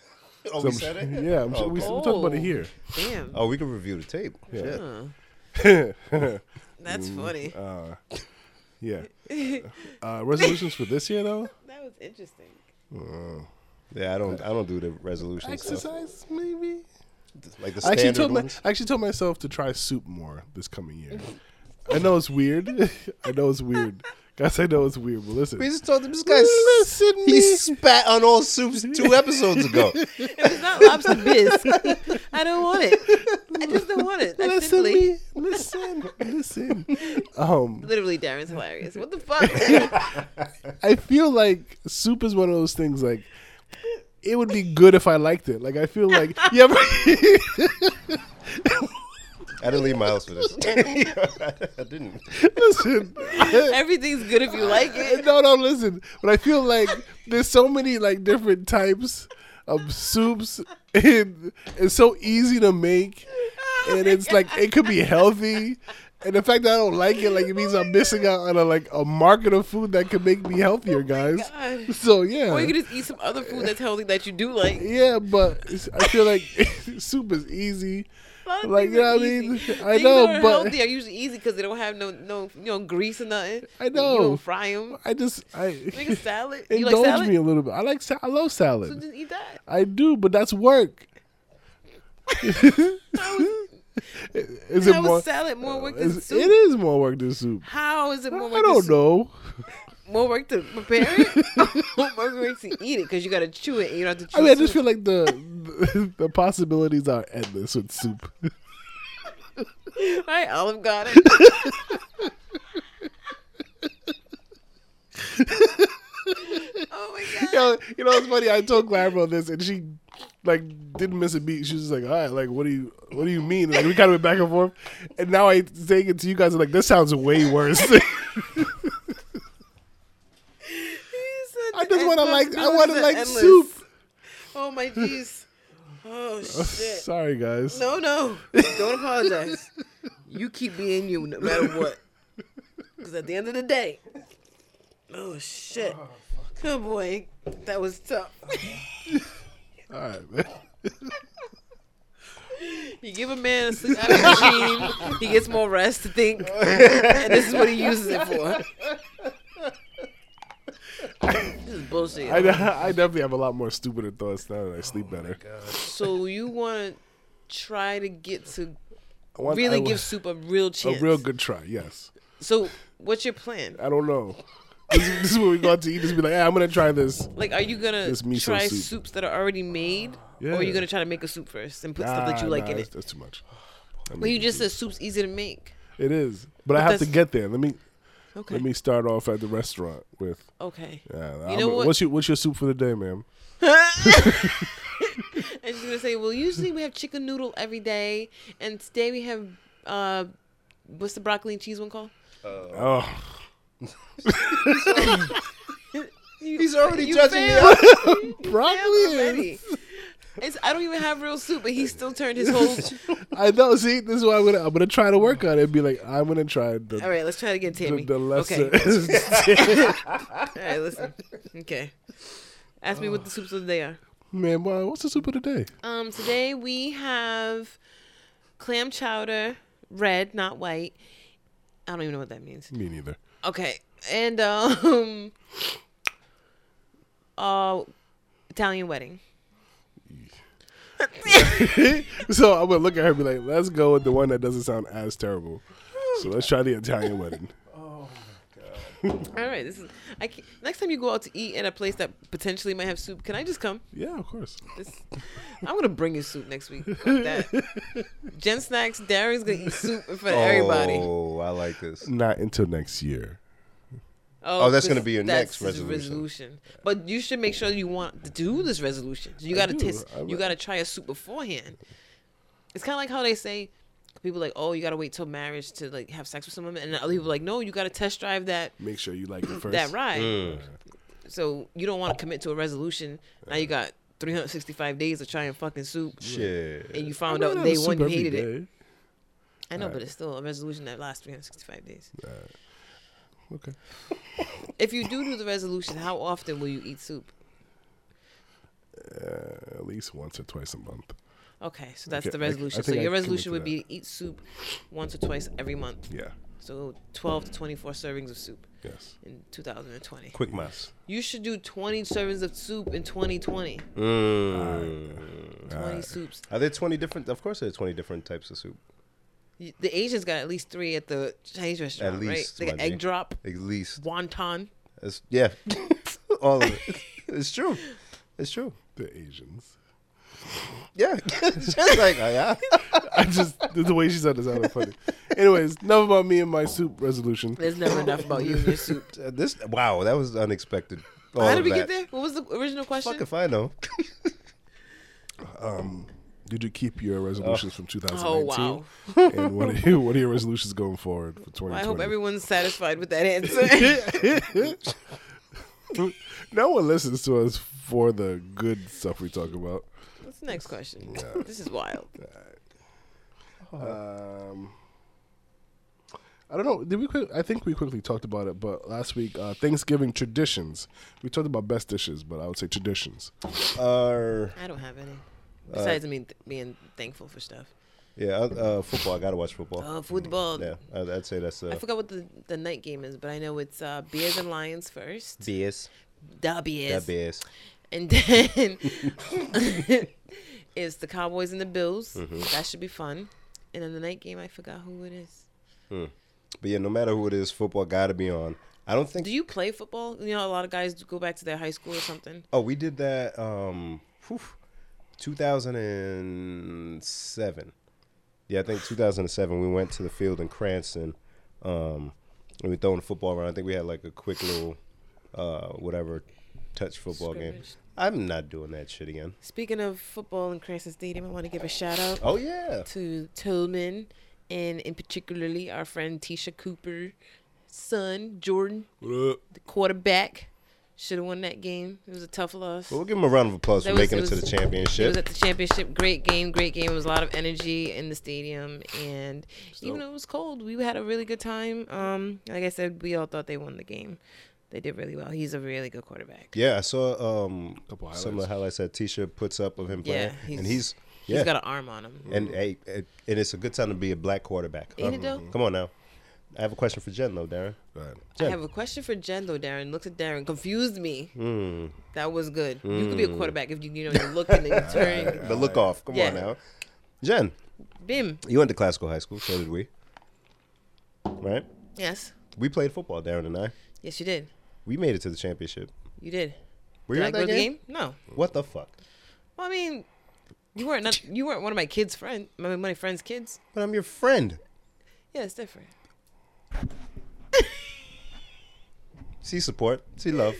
So
Oh, we
I'm
said
su-
<laughs> it?
Yeah, I'm sure we, we talked about it
Oh.
here.
Damn.
Oh, we can review the tape. Yeah.
Huh. That's funny.
uh, Yeah.
<laughs>
Uh, resolutions for this year though?
that was interesting.
Yeah, I don't I don't do the resolution stuff.
Exercise, maybe.
Like the
I actually
standard
told my,
ones.
I actually told myself to try soup more this coming year. I know it's weird. <laughs> I know it's weird. Guys, I know it's weird, but listen.
We just told him this guy.
Listen,
he
me.
spat on all soups <laughs> two episodes ago.
It was not lobster bisque. I don't want it. I just don't want it. I
Listen,
simply.
me. listen, listen. Um,
Literally, Darren's hilarious. What the fuck? <laughs>
I feel like soup is one of those things like it would be good if I liked it. Like I feel like yeah,
I didn't leave my house for <laughs>
<laughs>
this. I didn't.
<laughs> listen.
Everything's good if you like
<laughs>
it.
No, no, listen. But I feel like there's so many like different types of soups and it's so easy to make and it's like it could be healthy. And the fact that I don't like it, like it means I'm missing out on a like a market of food that could make me healthier, guys.
God.
So yeah.
Or you could just eat some other food that's healthy that you do like.
Yeah, but it's- I feel like <laughs> soup is easy.
A lot of
Like,
things
you know
are
what I mean? I
easy. Things
know,
that are
but-
healthy are usually easy because they don't have no no you know grease or nothing.
I
You
know.
don't fry them.
I just I
Make a salad. You like
indulge
salad?
me a little bit. I like sa- I love
So
salad.
just eat that.
I do, but that's work.
How is,
Is
how
it
is
more?
salad more work than
Is,
soup?
it is more work than soup.
How is it
I
more work?
don't
to,
know.
More work to prepare
<laughs>
it. <laughs> more work to eat it because you gotta chew it and you don't have to chew.
I mean, I just
soup.
feel like the the, <laughs> the possibilities are endless with soup. <laughs>
All right, Olive Garden. <laughs> oh my
<laughs>
god.
Yo, you know, it's funny. I told Glamour this, and she like didn't miss a beat. She was just like, "All right, like, what do you, what do you mean?" Like we kind of went back and forth, and now I saying it to you guys, I'm like, "This sounds way worse." <laughs> I just wanna like- I wanna like soup.
Oh my jeez.
<laughs>
Oh shit.
Sorry, guys.
No, no. Don't apologize. You keep being you no matter what. Because at the end of the day, oh shit. Good boy. That was tough.
All right, man.
You give a man a sleep out machine, he gets more rest to think, and this is what he uses it for. this is bullshit.
I, I definitely have a lot more stupider thoughts now that I sleep better.
so you want to try to get to
I want-
really
I
give
want
soup a real
a
chance.
real good try. Yes,
So what's your plan?
I don't know. This, is- this is what we go out to eat. Just be like, "Yeah, I'm gonna try this."
Like, are you gonna
This miso
try
soup.
soups that are already made, or are
Yeah.
you gonna try to make a soup first and put stuff that you
Ah,
like
nah,
in
that's,
it?
That's too much. I
But you
mean,
just said soup's easy to make.
it is, but I have to
that's-
get there. Let me.
Okay.
Let me start off at the restaurant with.
Okay.
Yeah,
You
I'm
know
a-
what- <laughs>
What's your What's your soup for the day, ma'am?
And she's gonna say, "Well, usually we have chicken noodle every day, and today we have uh, what's the broccoli and cheese one called?"
Oh,
He's already
You
judging me. <laughs>
failed.
broccoli.
already. It's, I don't even have real soup, but he still turned
<laughs>
his whole.
<laughs> I know. See, this is why I'm gonna I'm gonna try to work on it. and Be like, I'm gonna try the
All right, let's try it again,
the,
Tammy.
the lesser.
Okay.
<laughs>
<laughs> All right, listen. Okay. Ask me what the soups of the day are.
Man, why- what's the soup of the day?
Um, today we have clam chowder, red, not white. I don't even know what that means.
Me neither.
Okay, and um, <laughs> uh, Italian wedding.
<laughs> so I'm gonna look at her and be like, let's go with the one that doesn't sound as terrible. So let's try the Italian wedding.
All right, this is. I can next time you go out to eat at a place that potentially might have soup, can I just come?
Yeah, of course.
This, I'm gonna bring you soup next week. Fuck That. <laughs> Gen snacks, Darren's gonna eat soup in front of everybody.
Oh, I like this.
Not until next year.
Oh, that's
'cause
gonna be your
that's
next
his
resolution.
But you should make sure you want to do this resolution. So you gotta
do.
taste.
I
You gotta try a soup beforehand. It's kind of like how they say people like, oh, you gotta wait till marriage to like have sex with someone, and other people like, no, you gotta test drive that
Make sure you like it first.
that ride.
Mm.
So you don't want to commit to a resolution. Now you got 365 days of trying fucking soup.
Shit.
And you found
No,
out
no,
day
soup
one you
every
hated it.
day.
I know, but it's still a resolution that lasts 365 days.
Okay.
If you do do the resolution, how often will you eat soup?
Uh, at least once or twice a month.
Okay, so that's
Okay,
the
I- I
resolution. so
think I
your
can commit
resolution
to
would
that.
be to eat soup once or twice every month.
Yeah.
So 12 to 24 servings of soup
Yes.
in 2020.
Quick maths.
You should do 20 servings of soup in 2020.
Uh,
20 soups.
Mm. Are there 20 different? Of course, there are 20 different types of soup.
Y- The Asians got at least three at the Chinese restaurant,
least,
right? They got
my G.
egg drop,
At least.
wonton.
It's- yeah. <laughs> All of it. It's true. It's true.
The Asians. <laughs>
Yeah. <laughs> It's just like, oh,
<laughs>
yeah.
I just the, the way she said it sounded funny. Anyways, enough about me and my soup resolution.
There's never enough about Oh, you and your soup.
Uh, This, wow, that was unexpected. <laughs> All
How
of
did we
that.
get there? What was the original question?
Fuck if I know.
Did you keep your resolutions from 2019?
Oh,
And what are, you, what are your resolutions going forward for 2020?
I hope everyone's satisfied with that answer.
<laughs> no one listens to us for the good stuff we talk about.
What's the next question? This is wild.
Um, I don't know. Did we? Quick, I think we quickly talked about it, but last week uh, Thanksgiving traditions. We talked about best dishes, but I would say traditions.
Uh,
I don't have any. Besides, I mean, th- being thankful for stuff.
yeah, uh, uh, football. I gotta watch football.
Oh, football.
yeah, I'd, I'd say that's
I
uh,
forgot what the, the night game is, but I know it's uh, Bears and Lions first.
BS.
The Bears.
That BS.
And then <laughs> it's the Cowboys and the Bills. That should be fun. And then the night game, I forgot who it is.
But yeah, no matter who it is, football gotta be on. I don't think.
Do you play football? You know, a lot of guys go back to their high school or something.
oh, we did that. Um, whew, 2007. Yeah, I think 2007. We went to the field in Cranston, um, and we throwing the football around. I think we had like a quick little, uh, whatever, touch football game.
Scrimmage.
I'm not doing that shit again.
Speaking of football in Cranston Stadium, I want to give a shout out
Oh yeah.
to Tillman and in particularly our friend Tisha Cooper, son Jordan,
What up?
the quarterback. Should have won that game. It was a tough loss.
But we'll give him a round of applause
That
for
was-
making
it
it, to
was-
the
It was
championship.
at the championship. Great game, great game. It was a lot of energy in the stadium, and even though it was cold, we had a really good time. Um, like I said, we all thought they won the game. They did really well. He's a really good quarterback.
Yeah, I saw um
Couple
some of the highlights that Tisha puts up of him playing,
Yeah, he's-
and he's yeah,
He's got an arm on him.
and hey, and it's a good time to be a black quarterback. Mm-hmm.
Ain't it though?
Come on now, I have a question for Jen though, Darren.
Go ahead.
I
Jen.
have a question for Jen though, Darren. Looked at Darren, confused me.
Hmm.
That was good. You could be a quarterback if you you know you're looking and you
<laughs>
turn.
The look off. Come
Yeah.
on now, Jen.
Bim.
You went to classical high school, so did we. Right?
Yes.
We played football, Darren and I.
Yes, you did.
We made it to the championship.
You did.
Were
did
you
I
at
go
that
to the
game?
game? No.
What the fuck?
Well, I mean, you weren't not, you weren't one of my kids' friend, my my friends' kids.
But I'm your friend.
Yeah, it's different.
See support. See love.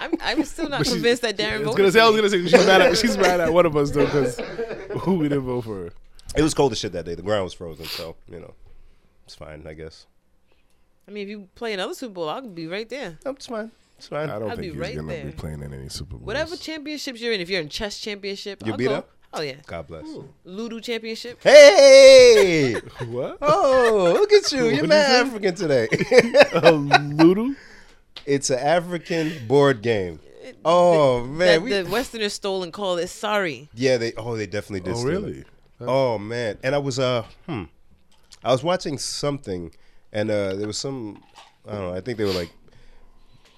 I'm, I'm
<laughs>
still not
But she's-
convinced that
I
Darren
was
voted.
gonna say, I
for
was
me.
gonna say she's mad at she's mad at one of us though <laughs> because who we didn't vote for her.
It was cold as shit that day. The ground was frozen, so you know, it's fine. I guess.
I mean, if you play another Super Bowl, I'll be right there.
No, it's fine. It's fine.
I don't
I'll
think
be
he's
right
gonna be
there.
playing in any Super Bowl.
Whatever championships you're in, if you're in chess championship,
You
I'll
beat
go.
up?
Oh yeah,
God bless. <laughs>
Ludo championship.
Hey!
<laughs>
What?
Oh, look at you.
What'd
You're
you
mad
say?
African today. <laughs>
A Ludo?
it's an African board game. Oh man,
that
we,
the Westerners stole and called it sorry.
yeah, they. Oh, they definitely did.
Oh
steal it.
really?
Oh man, and I was uh, hmm, I was watching something, and uh, there was some, I don't know, I think they were like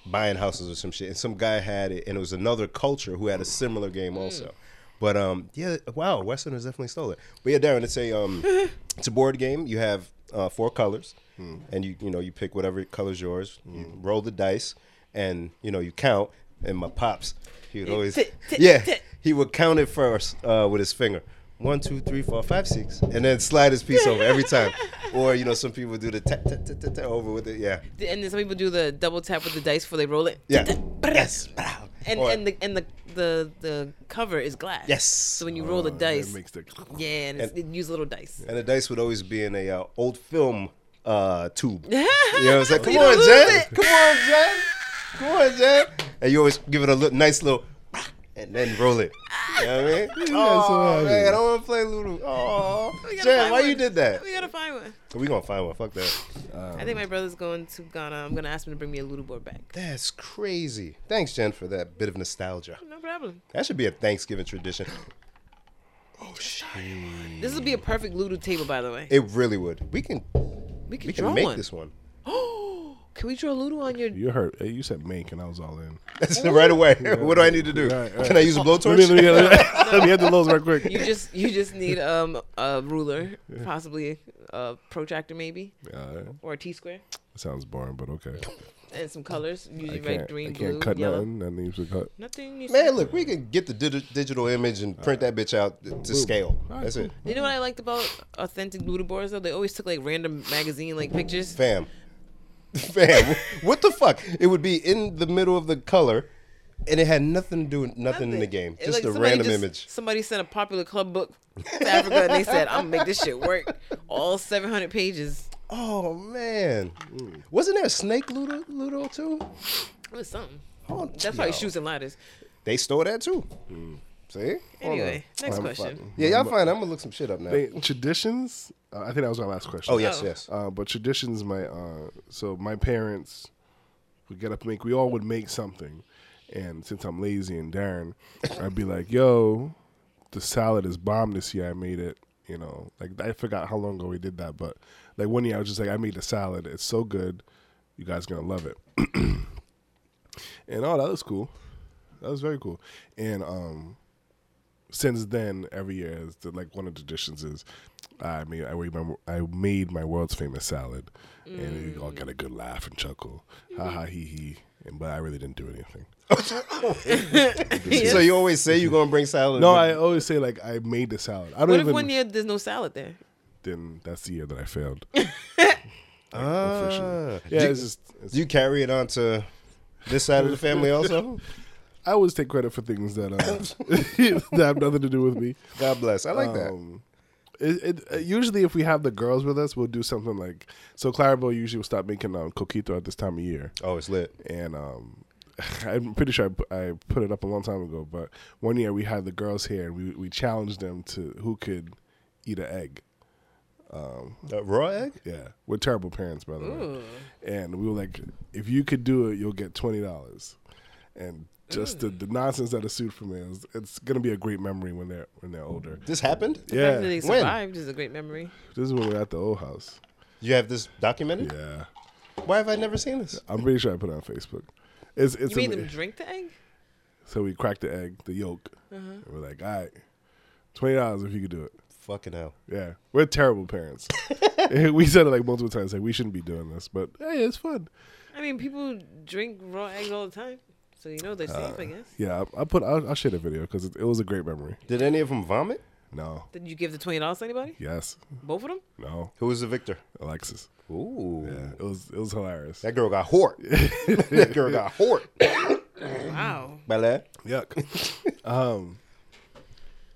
buying houses or some shit, and some guy had it, and it was another culture who had a similar game
Mm.
also. But um, yeah, wow, Westerners definitely stole it. But yeah, Darren, it's a
<laughs>
um, it's a board game. You have uh, four colors, and you you know you pick whatever color's yours. You roll the dice, and you know you count. And my pops, he would always
tit, tit,
yeah,
tit.
he would count it first uh, with his finger. One, two, three, four, five, six, and then slide his piece over every
<laughs>
time. Or you know, some people do the tap tap tap tap, tap over with it. Yeah,
And then some people do the double tap with the dice before they roll it.
yeah.
<laughs>
yes. Wow.
And
Or-
and the and the, the the cover is glass.
yes. Oh,
So when you roll the dice,
That makes the
yeah, and, it's, it use little dice.
and the dice would always be in a uh, old film uh,
<laughs>
tube. You know what I'm saying? Come
You don't
on,
lose
Jen.
it.
Come on, Jen. Come on, Jen. And you always give it a li- nice little, <laughs> and then roll it. You know what I
<laughs>
mean?
guys so
oh,
happy.
man, I don't want to play Ludo. Oh,
We gotta
Jen,
find
why
one.
you did that?
We gotta find one.
We gonna find one. Fuck that.
I think my brother's going to Ghana. I'm gonna ask him to bring me a ludo board back.
That's crazy. Thanks, Jen, for that bit of nostalgia.
No problem.
That should be a Thanksgiving
<gasps>
tradition.
Oh, This would be a
Mm.
perfect ludo table, by the way.
It really would. We can
we can,
we
draw
can make
one.
this one.
<gasps> can we draw ludo on your?
You heard eh, you said make and I was all in.
That's right away. what do I need to do?
Right, right.
Can I use a blowtorch?
Let me, let me, <laughs> let me hit the lows right quick.
You
<laughs>
just you just need um a ruler, possibly a protractor, maybe
Uh,
or a T square,
sounds boring, but okay.
and some colors.
I
Usually red,
can't,
green,
I can't
blue,
cut
yellow.
nothing. That needs to cut.
Nothing. needs to be-
Man, look, we can get the dig- digital image and print that bitch out th- to scale.
All right,
That's it.
You know what I liked about authentic ludo boards though? They always took like random magazine like pictures.
Fam. <laughs> Fam. what the fuck? It would be in the middle of the color and it had nothing to do with nothing, in the game.
It's
Just
like
a
somebody
random
just-
image.
Somebody sent a popular club book to Africa and they said, "I'm gonna make this shit work." All 700 pages.
Oh man. Wasn't there a snake Ludo Ludo too?
It was something.
Oh,
That's probably
yo.
shoots and ladders.
They stole that too. See?
Anyway, next
I'm
question.
fucking-
Yeah, y'all find. I'm gonna look some shit up now.
They, traditions. Uh, I think that was my last question.
oh yes,
Oh.
yes.
Uh, but traditions, my uh, so my parents would get up and make. We all would make something, and since I'm lazy and Darren, I'd be like, "Yo, the salad is bomb this year. I made it." You know, like I forgot how long ago we did that, but like one year I was just like, "I made the salad. It's so good. You guys gonna love it." <clears throat> and oh, that was cool. That was very cool. And um, since then, every year, is the, like one of the traditions is I made I made my, I made my world's famous salad, and we all got a good laugh and chuckle, ha
Mm-hmm.
ha he he. And but I really didn't do anything.
<laughs>
So you always say you're gonna bring salad.
No,
but-
I always say like I made the salad. I don't
What if
even.
one year there's no salad there?
then that's the year that I failed. <laughs>
Ah.
Yeah,
do,
it's just it's,
do you carry it on to this side of the
<laughs>
family also?
I always take credit for things that
<laughs>
uh, <laughs> that have nothing to do with me.
God bless. I like that.
Um, it, it, uh, usually, if we have the girls with us, we'll do something like so. Clarabelle usually will stop making um, coquito at this time of year,
Oh, it's lit.
and um, <laughs> I'm pretty sure I, pu- I put it up a long time ago. But one year we had the girls here, and we we challenged them to who could eat an egg.
Uh, raw egg?
Yeah, we're terrible parents, by the way. And we were like, if you could do it, you'll get twenty dollars. And just the, the
Mm.
nonsense that ensued from it, it's, it's gonna be a great memory when they're when they're older.
This happened?
Yeah,
Fact that they
this
When?
survived is a great memory.
is when we we're at the old house.
You have this documented?
Yeah.
Why have I never seen this?
I'm pretty sure I put it on Facebook. It's it's
You made them
ama-
drink the egg?
so we cracked the egg, the yolk.
Uh-huh.
And we're like, all right, twenty dollars if you could do it.
Fucking hell.
Yeah, we're terrible
<laughs>
parents. we said it like multiple times, like we shouldn't be doing this, but hey, it's fun.
I mean, people drink raw egg all the time.
Uh.
So you know they're safe, I guess.
Yeah, I, I put I'll, I'll share the video because it, it was a great memory.
Did any of them vomit?
No.
Did you give the twenty dollars to anybody?
Yes.
Both of them?
No.
Who was the victor?
Alexis.
Ooh,
Yeah. It was it was hilarious.
that girl got
<laughs>
hort. that girl got hort.
Wow.
My lad.
Yuck.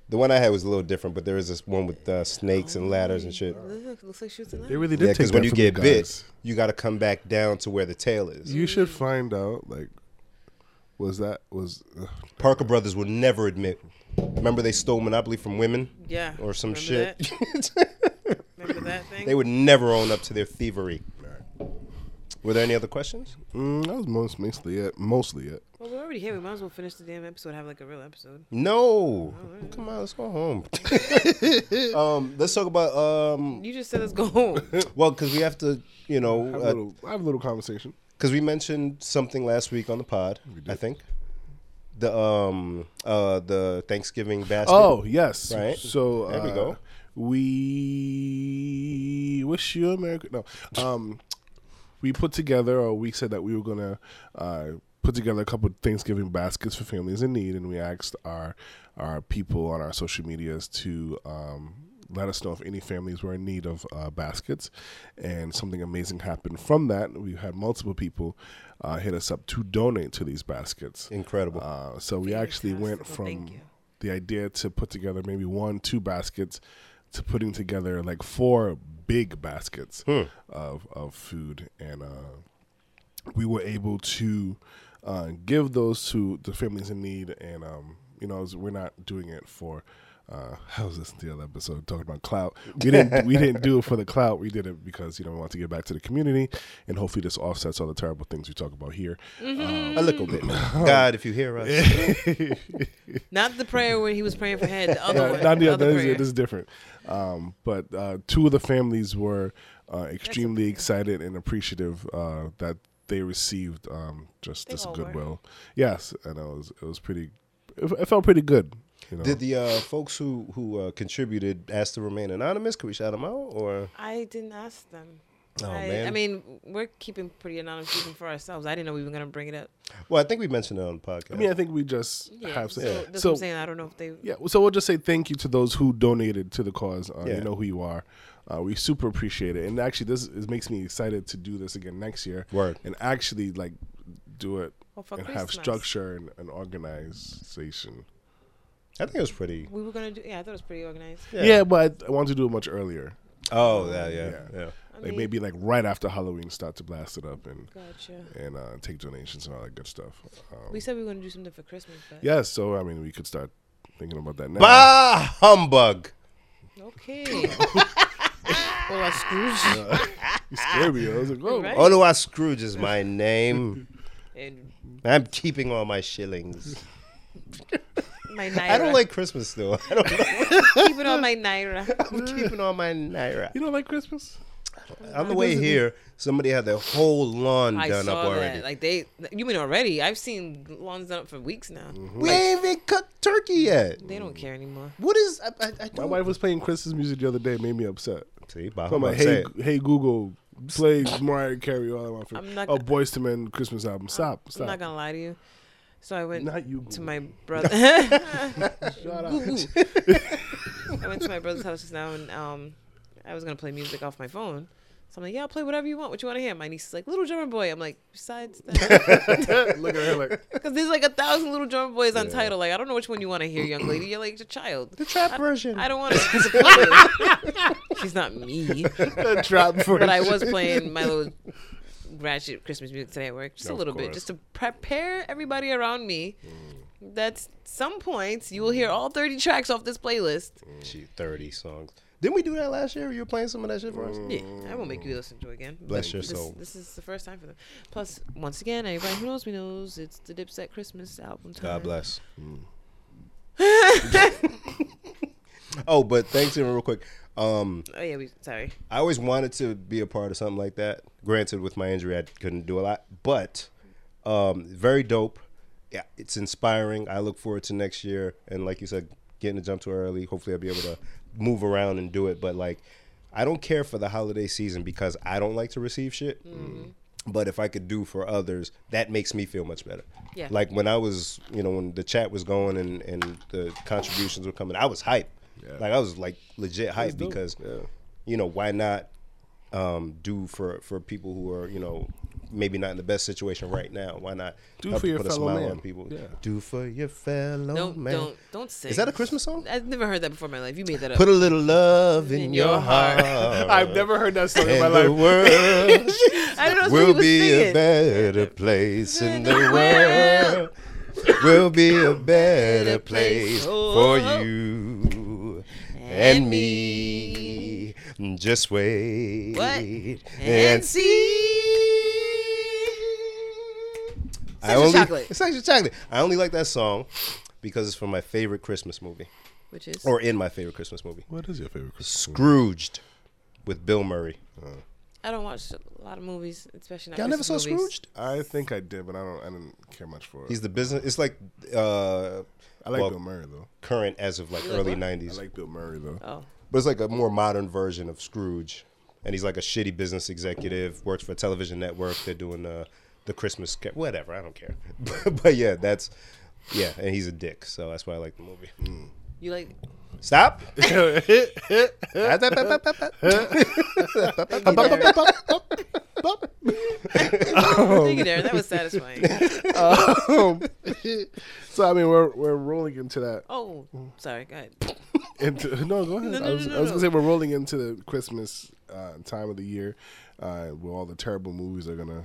The one I had was a little different, but there was this one with uh, snakes and ladders and shit.
Look, looks like she was in
They
love.
really did
Yeah,
take
because
that
when you
from
get
guys.
bit, you got to come back down to where the tail is.
you should find out. Like, was that was ugh,
Parker Brothers will never admit. Remember they stole Monopoly from women?
Yeah.
Or some
Remember
shit.
Remember that
<laughs>
thing?
they would never own up to their thievery. Were there any other questions?
mm, that was most mostly it. Mostly it.
well, we're already here. We might as well finish the damn episode. Have like a real episode.
No. Come on, let's go home. <laughs> um, let's talk about um,
You just said let's go
<laughs>
home.
well, because we have to, you
Have a
know,
little, have a little conversation.
because we mentioned something last week on the pod. I think the um uh the Thanksgiving basket.
Oh yes.
Right.
So
There we
uh,
go.
We wish you a merry. No. Um, we put together, or we said that we were gonna uh, put together a couple of Thanksgiving baskets for families in need, and we asked our our people on our social medias to. Um, let us know if any families were in need of uh, baskets, and something amazing happened from that. We had multiple people uh, hit us up to donate to these baskets.
incredible.
Uh, so we actually went
Fantastic. Well, thank
from
you.
the idea to put together maybe one, two baskets to putting together like four big baskets of, of food. And uh, we were able to uh, give those to the families in need. And, um, you know, we're not doing it for. Uh, I was listening to the other episode talking about clout. We didn't we didn't do it for the clout. We did it because you know we want to give back to the community, and hopefully this offsets all the terrible things we talk about here.
Mm-hmm.
Uh,
a little bit.
oh.
God, if you hear us.
Not the prayer when he was praying for head. The other
Yeah,
<laughs> one.
not the
the
other.
other
This,
prayer.
is- this is different. Um, but uh, two of the families were uh, extremely excited and appreciative uh, that they received um, just
They
this
all were.
goodwill. Yes, and it was it was pretty. It, it felt pretty good. You know,
Did the uh, folks who who uh, contributed ask to remain anonymous? Can we shout them out or?
I didn't ask them.
Oh,
I,
man.
I mean, we're keeping pretty anonymous even for ourselves. I didn't know we were gonna bring it up.
Well, I think we mentioned it on the podcast.
I mean, I think we just have
so,
some.
that's what I'm saying. I don't know if they.
Yeah, so we'll just say thank you to those who donated to the cause. Uh,
Yeah.
You know who you are. Uh, we super appreciate it, and actually, this is, makes me excited to do this again next year.
Word.
and actually like do it
Well, for
and have
Christmas.
structure and, and organization.
I think it was pretty.
We were gonna do. Yeah, I thought it was pretty organized.
Yeah, but I, I want to do it much earlier.
Oh, yeah, yeah, yeah.
Like
mean-
maybe like right after Halloween, start to blast it up and
Gotcha.
and uh, take donations and all that good stuff. Um,
We said we were gonna do something for Christmas, but
yeah, so I mean, we could start thinking about that now.
Bah humbug.
okay.
<laughs>
well, I screwed you.
You scared me. I was like, whoa.
Right?
Oluwa Scrooge is my name.
And
I'm keeping all my shillings.
my naira.
I don't like Christmas though. I don't
keep <laughs> it on my naira.
I'm keeping all my naira.
You don't like Christmas?
On the way here, somebody had their whole lawn
I
done
saw
up already.
that. Like they, you mean already? I've seen lawns done up for weeks now.
Mm-hmm.
we ain't even cut turkey yet.
They don't care anymore.
What is? I, I, I
My
don't.
wife was playing Christmas music the other day. It made me upset.
See, bah
So I'm
humbug.
like,
Say
hey,
it.
hey Google, play Mariah Carey all I want for.
I'm not
oh,
gonna-
Boyz II Men Christmas album. Stop, stop.
I'm not gonna lie to you. So I went
Not you,
to
Google.
my brother. <laughs> Goo goo. I went to my brother's house just now, and um, I was gonna play music off my phone. So I'm like, yeah, I'll play whatever you want. What you want to hear? My niece is like, Little Drummer Boy. I'm like, besides that,
<laughs> Look at her like.
<laughs> because there's like a thousand Little Drummer Boys on title. Like, I don't know which one you want to hear, young lady. You're like a
<laughs>
child.
the trap version.
I don't want to disappoint you. <laughs> She's not me,
<laughs> the trap for
<laughs> but I was
<laughs>
playing my little ratchet Christmas music today at work, just a
Of
little bit,
course.
just to prepare everybody around me.
Mm.
That's some points you will hear all 30 tracks off this playlist.
She thirty songs. Didn't we do that last year? You were playing some of that shit for us.
Yeah, I won't make you listen to it again.
Mm. Bless
but
your
this,
soul.
This is the first time for them. Plus, once again, everybody who knows me knows it's the Dipset Christmas album time.
God bless. Mm. <laughs> oh, but thanks real quick. Um,
Oh yeah, we sorry.
I always wanted to be a part of something like that. Granted, with my injury, I couldn't do a lot, but um, very dope. Yeah, it's inspiring. I look forward to next year, and like you said, getting to jump too early. Hopefully, I'll be able to move around and do it. But like, I don't care for the holiday season because I don't like to receive shit. But if I could do for others, that makes me feel much better.
Yeah.
Like when I was, you know, when the chat was going and and the contributions were coming, I was hype. Like I was like legit hyped
dope.
because
Yeah.
you know why not um, do for for people who are you know maybe not in the best situation right now? Why not
Do
help
for
to
your
put a
fellow
smile
man.
on people?
Yeah.
Do for your fellow
Don't
man.
don't don't sing.
Is that a Christmas song?
I've never heard that before in my life. You made that up.
Put a little love in,
In
your,
your
heart.
<laughs>
heart.
I've never heard that song in my
and the
life. <laughs>
world
I don't know. That's
will
what he was
be a
singing.
better place in the world. Will be a better place
Oh,
for you and me. Just wait
What?
and
And
see.
It's actually chocolate.
It's actually chocolate. I only like that song because it's from my favorite Christmas movie,
Which is
or in my favorite Christmas movie,
What is your favorite Christmas?
Scrooged, with Bill Murray.
I don't watch a lot of movies, especially not
Y'all never saw
Christmas movies.
Scrooged?
I think I did, but I don't. I didn't care much for it.
He's the business. It's like uh,
I like
well,
Bill Murray though.
current as of like
You like
early
what?
I
'90s,
like Bill Murray though.
Oh,
but it's like a more modern version of Scrooge, and he's like a shitty business executive. Works for a television network. They're doing uh, the Christmas ca- whatever. I don't care. <laughs> but, but yeah, that's yeah, and he's a dick. So that's why I like the movie. Mm.
<laughs>
you like?
Stop. <laughs>
Thank you, Darren. <laughs> Thank you, Darren. That
<laughs>
was satisfying.
Um, <laughs> so I mean, we're we're rolling into that.
Oh, sorry. Go ahead.
Into <laughs> no, go ahead.
no,
I was,
no,
I was
no,
gonna say we're rolling into the Christmas uh, time of the year, uh, where all the terrible movies are gonna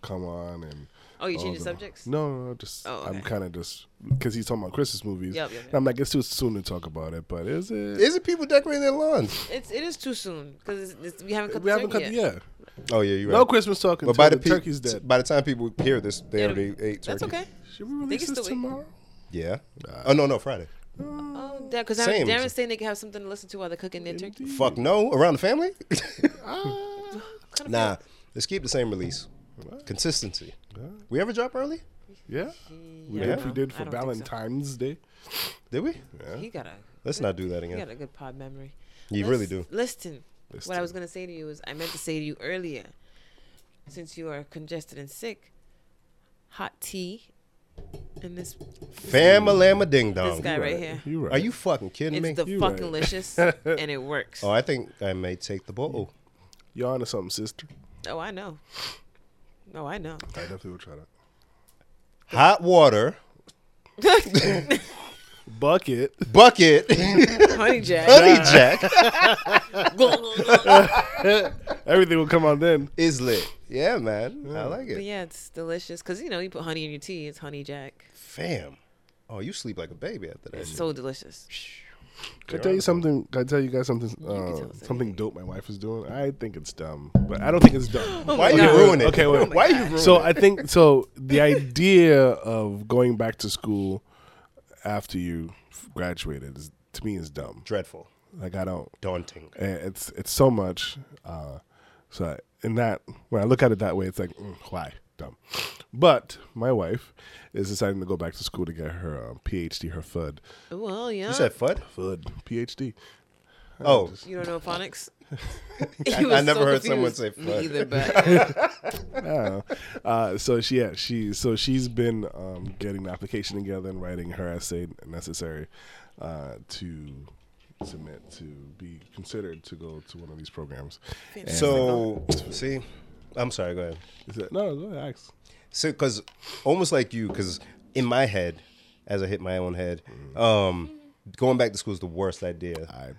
come on and.
Oh, you
all
changing
the-
subjects?
No, no, no. Just
Oh,
I'm
okay.
kind of just because he's talking about Christmas movies.
Yep, yep, yep.
And I'm like, it's too soon to talk about it, but is it?
Is it people decorating their lawns?
It's it is too soon because it's, it's, we haven't cut
we
the
haven't cut
turkey
the
yet.
yeah.
Oh yeah, you're right.
No Christmas talking.
But by the,
the,
pe-
turkey's dead.
by the time people hear this, they
It'll-
already ate turkey.
That's okay.
Should we release
can
this
still eat.
tomorrow? Uh,
Yeah. oh no, no Friday.
Oh, yeah, because
Same.
Darren, Darren's saying they can have something to listen to while they're cooking their turkey.
Fuck no, around
<laughs>
the family?
Ah.
<laughs> Kinda
nah, let's keep the same release. Consistency. We ever drop early?
Yeah, we
Yeah.
did. We did
I
for
don't think so.
Valentine's Day.
Did we?
He got a
Let's not do that
he got
again.
a good pod memory.
You
Lis-
really do.
Listen, what
Listen.
I was gonna say to you is I meant to say to you earlier. Since you are congested and sick, hot tea, and this
Famalama ding
this
dong.
guy right here,
You right?
Are you fucking kidding me?
it's the
You right.
fucking
<laughs>
licious, and it works.
oh, I think I may take the Oh, bottle.
you onto something, sister?
Oh, I know. Oh,
<laughs>
I know. <laughs>
I definitely will try that.
Hot water,
Bucket. <laughs>
bucket, <laughs>
Honey Jack.
honey jack
but
Everything will come on then.
is lit. Yeah, man. I like it.
yeah, it's delicious because you know you put honey in your tea. It's Honey Jack.
Fam. Oh, you sleep like a baby after that.
It's so delicious.
Can I tell you something? Can I tell you guys something?
can tell
Uh,
us
something dope my wife is doing. I think it's dumb, but I don't think it's <gasps> dumb.
Oh
Why
my
you
God.
ruin it?
<laughs> Okay, wait.
Why you ruin
Oh so
it?
I think so. The idea of going back to school after you graduated is to me is dumb.
Dreadful.
Like I don't.
Daunting.
eh, It's it's so much. Uh, so I, in that when I look at it that way, it's like mm, why dumb. But my wife is deciding to go back to school to get her um, PhD, her FUD,
Well, yeah.
Mm-hmm. You said FUD?
FUD, PhD.
Oh,
You don't know
<laughs>
phonics? <laughs>
I never heard someone say fuck.
Me
<laughs>
either, but
Uh, so she yeah she so she's been um, getting the application together and writing her essay necessary uh, to submit to be considered to go to one of these programs. And-
So see, I'm sorry. Go ahead.
Is that- no, go ahead, ask.
So because almost like you, because in my head, as I hit my own head, um, going back to school is the worst idea
I'm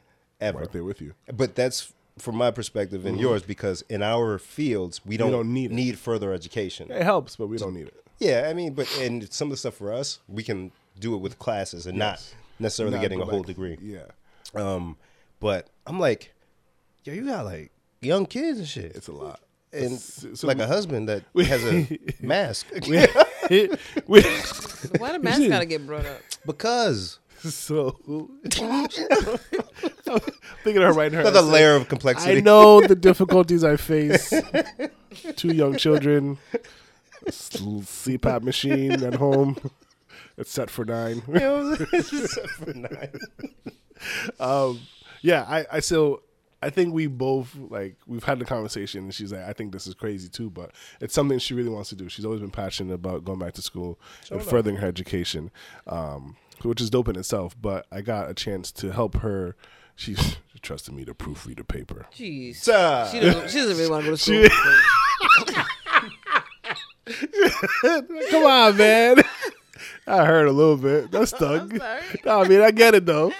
Mm-hmm.
ever.
right there with you.
But that's from my perspective and yours because in our fields we don't,
don't need it.
further education.
It helps, but we don't need it.
Yeah, I mean, but and some of the stuff for us we can do it with classes and
Yes.
not necessarily
Not
getting
go
a whole
back.
degree.
Yeah,
Um, but I'm like, yo, you got like young kids and shit.
it's a lot.
and
So- so
like a
<laughs>
husband that has a mask
we- <laughs>
<laughs>
we-
why the mask gotta get brought up?
because
so <laughs> thinking of her writing her
another
essay.
layer of complexity.
I
<laughs>
know the difficulties I face. Two young children, a s- CPAP machine at home. It's set for nine.
You know what I'm saying? Except for nine.
Um, yeah, I, I still, I think we both like we've had the conversation, and she's like, I think this is crazy too, but it's something she really wants to do. She's always been passionate about going back to school and furthering her education. Um, which is dope in itself. But I got a chance to help her. She she trusted me to proofread her paper.
Jeez.
Sir.
She, don't, she doesn't really want to go to school.
Come on, man. I heard a little bit. That stung. <laughs>
sorry.
No, I mean I get it though. <laughs>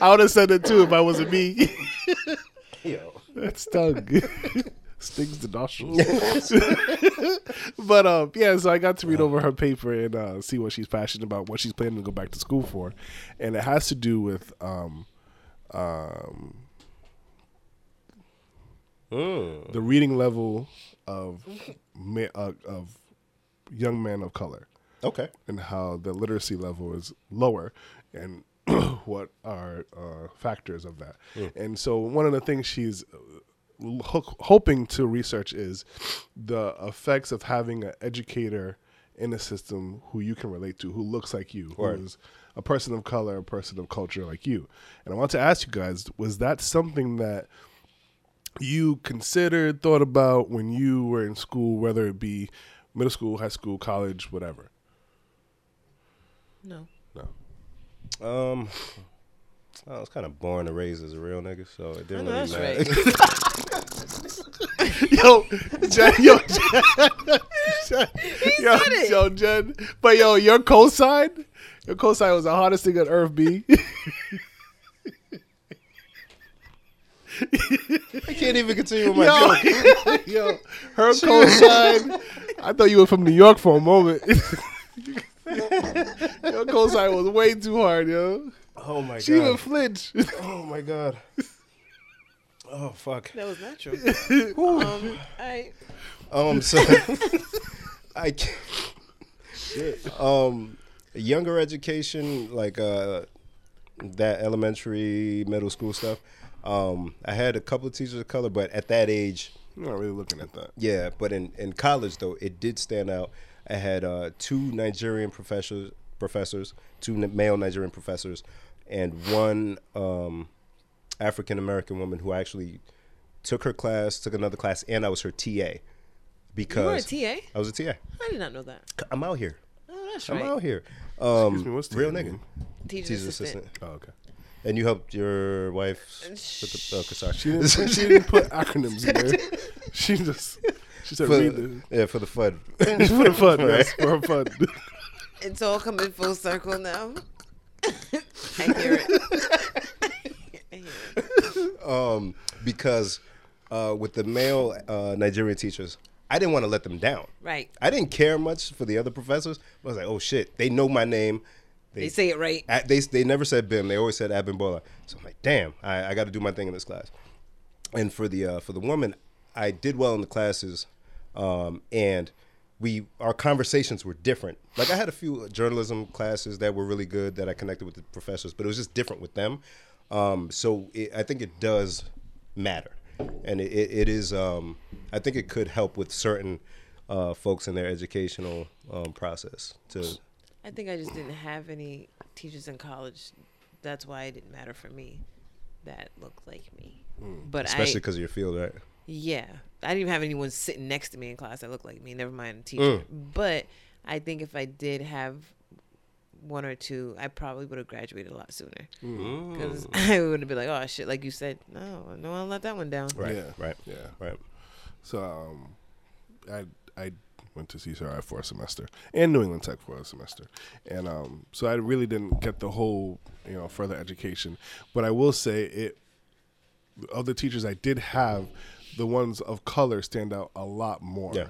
I would have said it too if I wasn't me. <laughs>
Yo.
That stung. <laughs> Stings the nostrils. <laughs> but um, yeah, so I got to read over her paper and uh, see what she's passionate about, what she's planning to go back to school for, and it has to do with um, um,
Hmm.
the reading level of ma- uh, of young men of color
Okay.
and how the literacy level is lower and <clears throat> what are uh, factors of that. And so one of the things she's uh, ho- hoping to research is the effects of having an educator in a system who you can relate to, who looks like you, who is a person of color, a person of culture like you. And I want to ask you guys, was that something that you considered, thought about when you were in school, whether it be middle school, high school, college, whatever?
No.
No.
Um, I was kind of born and raised as a real nigga, so it
I
didn't
know
really
that's
matter.
Yo, Jen,
right.
<laughs> yo, Jen, Jen, yo,
said it.
yo, Jen. But yo, your cosign, your cosign was the hottest thing on earth, B. <laughs>
<laughs> I can't even continue with my
yo,
joke.
yo, her <laughs> cosign. I thought you were from New York for a <laughs> moment. your cosign was way too hard, yo.
Oh my
She even
god.
flinched.
Oh my god. Oh fuck.
That was natural. um, I,
Um, so <laughs> I can't. Shit. Um, younger education, like uh, that elementary, middle school stuff. Um, I had a couple of teachers of color, but at that age,
I'm not really looking at that.
Yeah, but in, in college though, it did stand out. I had uh, two Nigerian professors, professors, two n- male Nigerian professors, and one um, African American woman who actually took her class, took another class, and I was her TA
you were a
because
TA?
I was a TA.
I did not know that.
I'm out here.
Oh, that's
I'm
right.
out here. Um,
me, what's
real
TA
nigga,
mean?
Teacher's
teacher's
assistant.
assistant.
Oh, okay.
And you helped your
Uh,
wife with the. Okay, sorry.
She
<laughs>
didn't, she didn't put acronyms in there. She just, she said,
for,
read the,
yeah, for the fun.
<laughs> for the
<laughs>
fun, yes, for her fun.
It's all coming full circle now. <laughs> I hear it. I hear it.
um, because uh, with the male uh, Nigerian teachers, I didn't want to let them down.
Right.
I didn't care much for the other professors. I was like, oh shit, they know my name.
They say it right.
I- they they never said Bim. They always said Abimbola. So I'm like, damn, I, I got to do my thing in this class. And for the uh, for the woman, I did well in the classes, um, and we our conversations were different. Like I had a few journalism classes that were really good that I connected with the professors, but it was just different with them. Um, so it, I think it does matter, and it, it, it is. Um, I think it could help with certain uh, folks in their educational um, process to
I think I just didn't have any teachers in college. That's why it didn't matter for me that looked like me. But
especially
I,
because of your field, right?
yeah, I didn't even have anyone sitting next to me in class that looked like me. Never mind a
Mm.
teacher. But I think if I did have one or two, I probably would have graduated a lot sooner.
Mm.
Because <laughs> I would have been like, oh shit, like you said, no, no, I'll let that one down.
Right.
Yeah.
Right.
Yeah.
Right.
So um, I I went to CCRI for a semester and New England Tech for a semester, and um, so I really didn't get the whole you know further education, but I will say it of the teachers I did have, the ones of color stand out a lot more.
Yeah.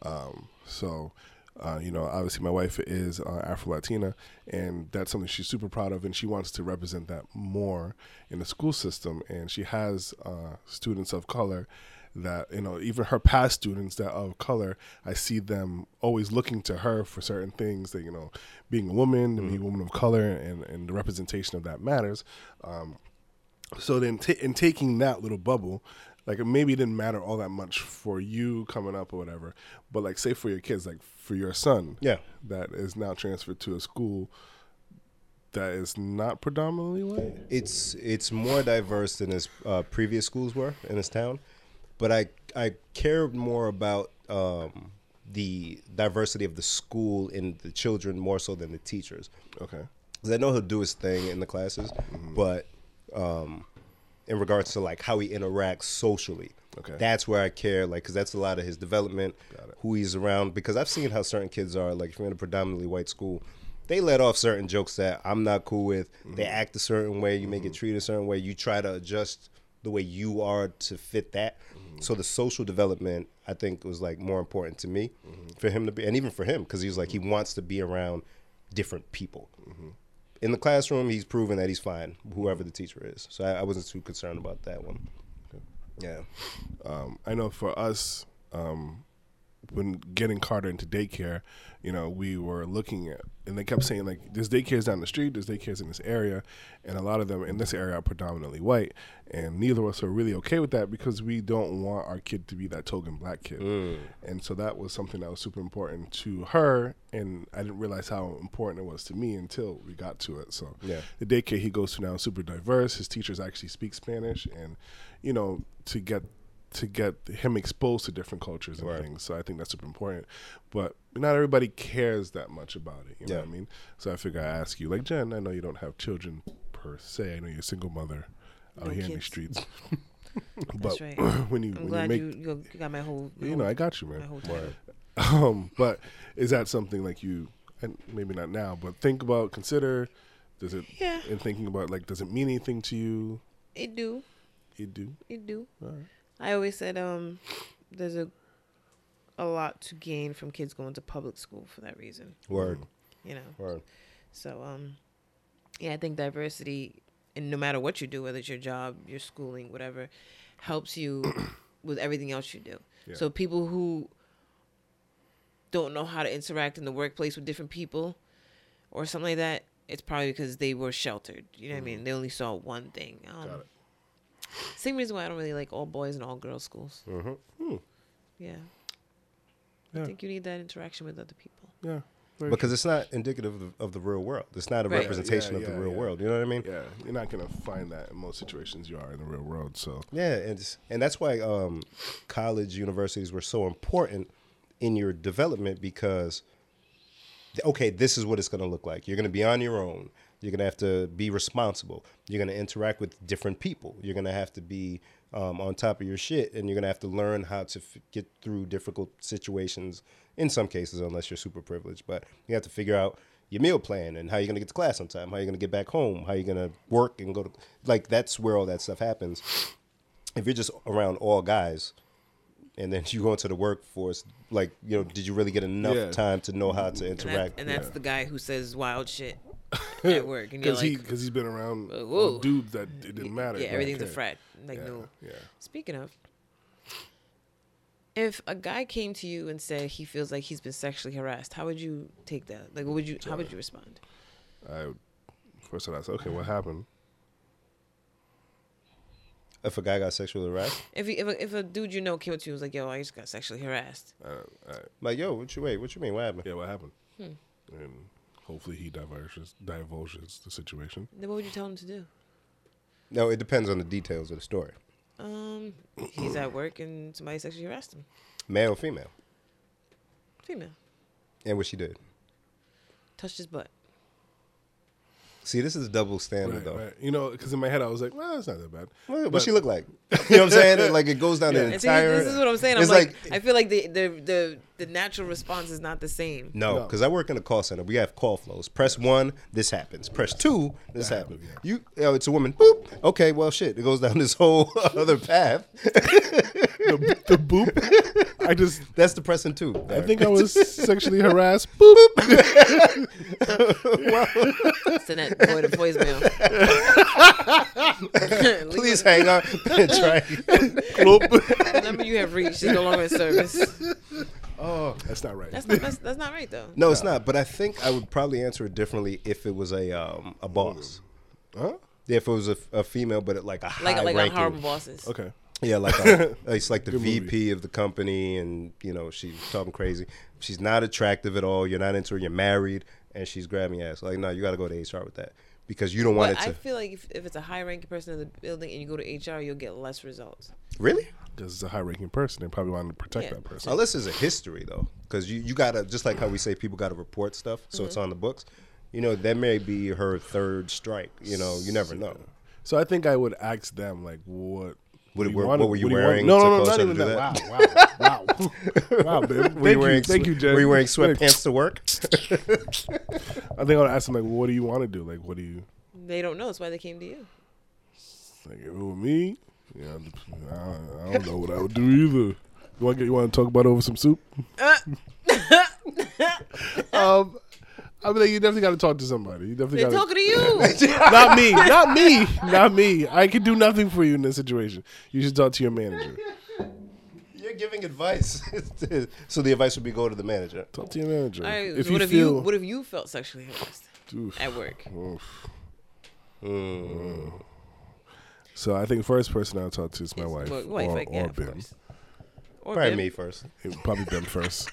Um, so, uh, you know, obviously my wife is uh, Afro Latina, and that's something she's super proud of, and she wants to represent that more in the school system. And she has uh, students of color that, you know, even her past students that are of color, I see them always looking to her for certain things that, you know, being a woman, and being a woman of color, and, and the representation of that matters. Um, so then, t- in taking that little bubble, like it maybe didn't matter all that much for you coming up or whatever, but like say for your kids, like for your son,
Yeah.
that is now transferred to a school that is not predominantly white.
It's it's more diverse than his uh, previous schools were in his town, but I I cared more about um, the diversity of the school and the children more so than the teachers.
Okay.
Because I know he'll do his thing in the classes, but um, in regards to like how he interacts socially,
Okay.
that's where I care. Like, because that's a lot of his development, who he's around. Because I've seen how certain kids are. Like, if you're in a predominantly white school, they let off certain jokes that I'm not cool with. They act a certain way. You may get treated a certain way. You try to adjust the way you are to fit that. So the social development, I think, was like more important to me for him to be, and even for him, because he's like he wants to be around different people. In the classroom, he's proven that he's fine, whoever the teacher is. So I, I wasn't too concerned about that one. Yeah.
um, I know for us, um, when getting Carter into daycare, you know, we were looking at, and they kept saying like, "There's daycares down the street. There's daycares in this area," and a lot of them in this area are predominantly white, and neither of us are really okay with that because we don't want our kid to be that token black kid, and so that was something that was super important to her, and I didn't realize how important it was to me until we got to it. So
Yeah.
the daycare he goes to now is super diverse. His teachers actually speak Spanish, and you know to get to get him exposed to different cultures and things. So I think that's super important. But not everybody cares that much about it. You know
Yeah.
what I mean? So I figure I ask you, like Jen, I know you don't have children per se. I know you're a single mother out
No
here in the
kids.
streets.
<laughs>
<laughs>
That's
but
right.
<clears throat> when you
I'm
when you
glad
make
you, you you got my whole. my
you know,
whole-
I got you, man.
my whole title.
<laughs> Um, but is that something like you, and maybe not now, but think about, consider, does it,
Yeah.
and thinking about like, does it mean anything to you?
It do.
It do.
It do.
Alright.
I always said um, there's a a lot to gain from kids going to public school for that reason.
Word.
You know.
Word.
So um, yeah, I think diversity, and no matter what you do, whether it's your job, your schooling, whatever,
<coughs>
helps you with everything else you do.
Yeah.
So people who don't know how to interact in the workplace with different people, or something like that, it's probably because they were sheltered. You know what I mean? They only saw one thing. Um,
Mm-hmm. Got it.
Same reason why I don't really like all boys and all girls schools.
Mm-hmm. Hmm.
Yeah.
Yeah.
I think you need that interaction with other people.
Yeah. Very
Because it's not indicative of the, of the real world. It's not a
Right. Yeah,
representation
yeah,
of the
yeah,
real
yeah.
world. You know what I mean?
true. yeah, you're not gonna find that in most situations you are in the real world. So
Yeah, and it's- and that's why um, college universities were so important in your development because okay, this is what it's going to look like. You're going to be on your own. You're going to have to be responsible. You're going to interact with different people. You're going to have to be um, on top of your shit, and you're going to have to learn how to f- get through difficult situations. In some cases, unless you're super privileged, but you have to figure out your meal plan and how you're going to get to class on time, how you're going to get back home, how you're going to work and go to like that's where all that stuff happens. If you're just around all guys, and then <laughs> you go into the workforce, like you know, did you really get enough
Yeah.
time to know how to
And, that's,
interact?
and that's the guy who says wild shit at work. And you're
because
like,
he because he's been around
Like,
all
whoa.
dudes that it didn't matter.
yeah,
Like,
everything's a
okay.
frat. Like,
Yeah,
no.
yeah.
Speaking of, if a guy came to you and said he feels like he's been sexually harassed, how would you take that? Like, what would you? How would you respond?
I first I asked, okay, what happened?
if a guy got sexually harassed,
If he, if a, if a dude you know came up to you and was like, "Yo, I just got sexually harassed,"
Uh, uh,
I'm like yo, what you wait? What you mean? What happened?
yeah, what happened?
Hmm.
And hopefully he diverges divulges the situation.
then what would you tell him to do?
No, it depends on the details of the story,
Um, he's at work and somebody sexually harassed him,
male or female,
female,
and what she did.
touched his butt.
See, this is a double standard
Right,
though.
right. You know, because in my head I was like, well, it's not that bad.
What, what
But-
she look like? <laughs> You know what I'm saying? Like it goes down the
And see,
entire.
this is what I'm saying. I'm
it's
like, I feel like the, the the the natural response is not the same.
No,
No.
because I work in a call center. We have call flows. Press one, this happens. Press two, this happens. You, oh, it's a woman. Boop. Okay, well, shit. It goes down this whole <laughs> other path.
<laughs> the, the boop. I just
<laughs> That's depressing too.
I think I was sexually harassed. Boop.
Send that boy
<laughs>
to voicemail. Leave
Please
<laughs>
hang up and try.
Boop.
The number you have reached is no longer in service.
That's not right.
That's not, that's, that's not right though.
No, it's not. But I think I would probably answer it differently if it was a um, a boss.
huh?
If it was a, a female, but like a high
Like like on
ranking.
horrible bosses.
Okay.
Yeah, like a, it's like the
movie.
VP of the company, and you know she's talking crazy. She's not attractive at all. You're not into her. You're married, and she's grabbing your ass. Like, no, you got to go to HR with that because you don't want
But
it
I
to.
feel like if, if it's a high ranking person in the building and you go to HR, you'll get less results.
Really?
because it's a high ranking person. They probably want to protect
Yeah.
that person.
Unless there's a history though, because you, you gotta just like how we say people gotta report stuff, so
Mm-hmm.
it's on the books. You know, that may be her third strike. You know, you never know.
So I think I would ask them like, what.
What-
do you
what-
wanna-
what were you
do wanna-
wearing
No,
to
no, no,
cause
not
her
even
to do
that. Wow, wow, wow, <laughs> wow, babe. Thank
Were you wearing
you, thank you,
swe-
Jen.
Were you wearing
Thanks.
sweatpants to work? <laughs>
I think I would ask them like, what do you want to do? Like, what do you
They don't know. That's why they came to you.
like? If it were me, yeah, I don't, I don't know what I would do either. You want to you want to talk about it over some soup? um, I mean, like, you definitely got to talk to somebody. You definitely
They're
got
talking to
<laughs>
you.
not me, not me, not me. I can do nothing for you in this situation. You should talk to your manager.
You're giving advice, <laughs> so the advice would be go to the manager.
Talk to your manager.
All right,
if you
what if you
feel,
what if you felt sexually harassed
Oof.
at work?
Oof. So I think first person I'll talk to is my wife,
Well, wife,
or,
like, yeah,
or
of
Bim.
course. Or
Probably
Bim.
me first.
It would Probably Bim
<laughs>
first.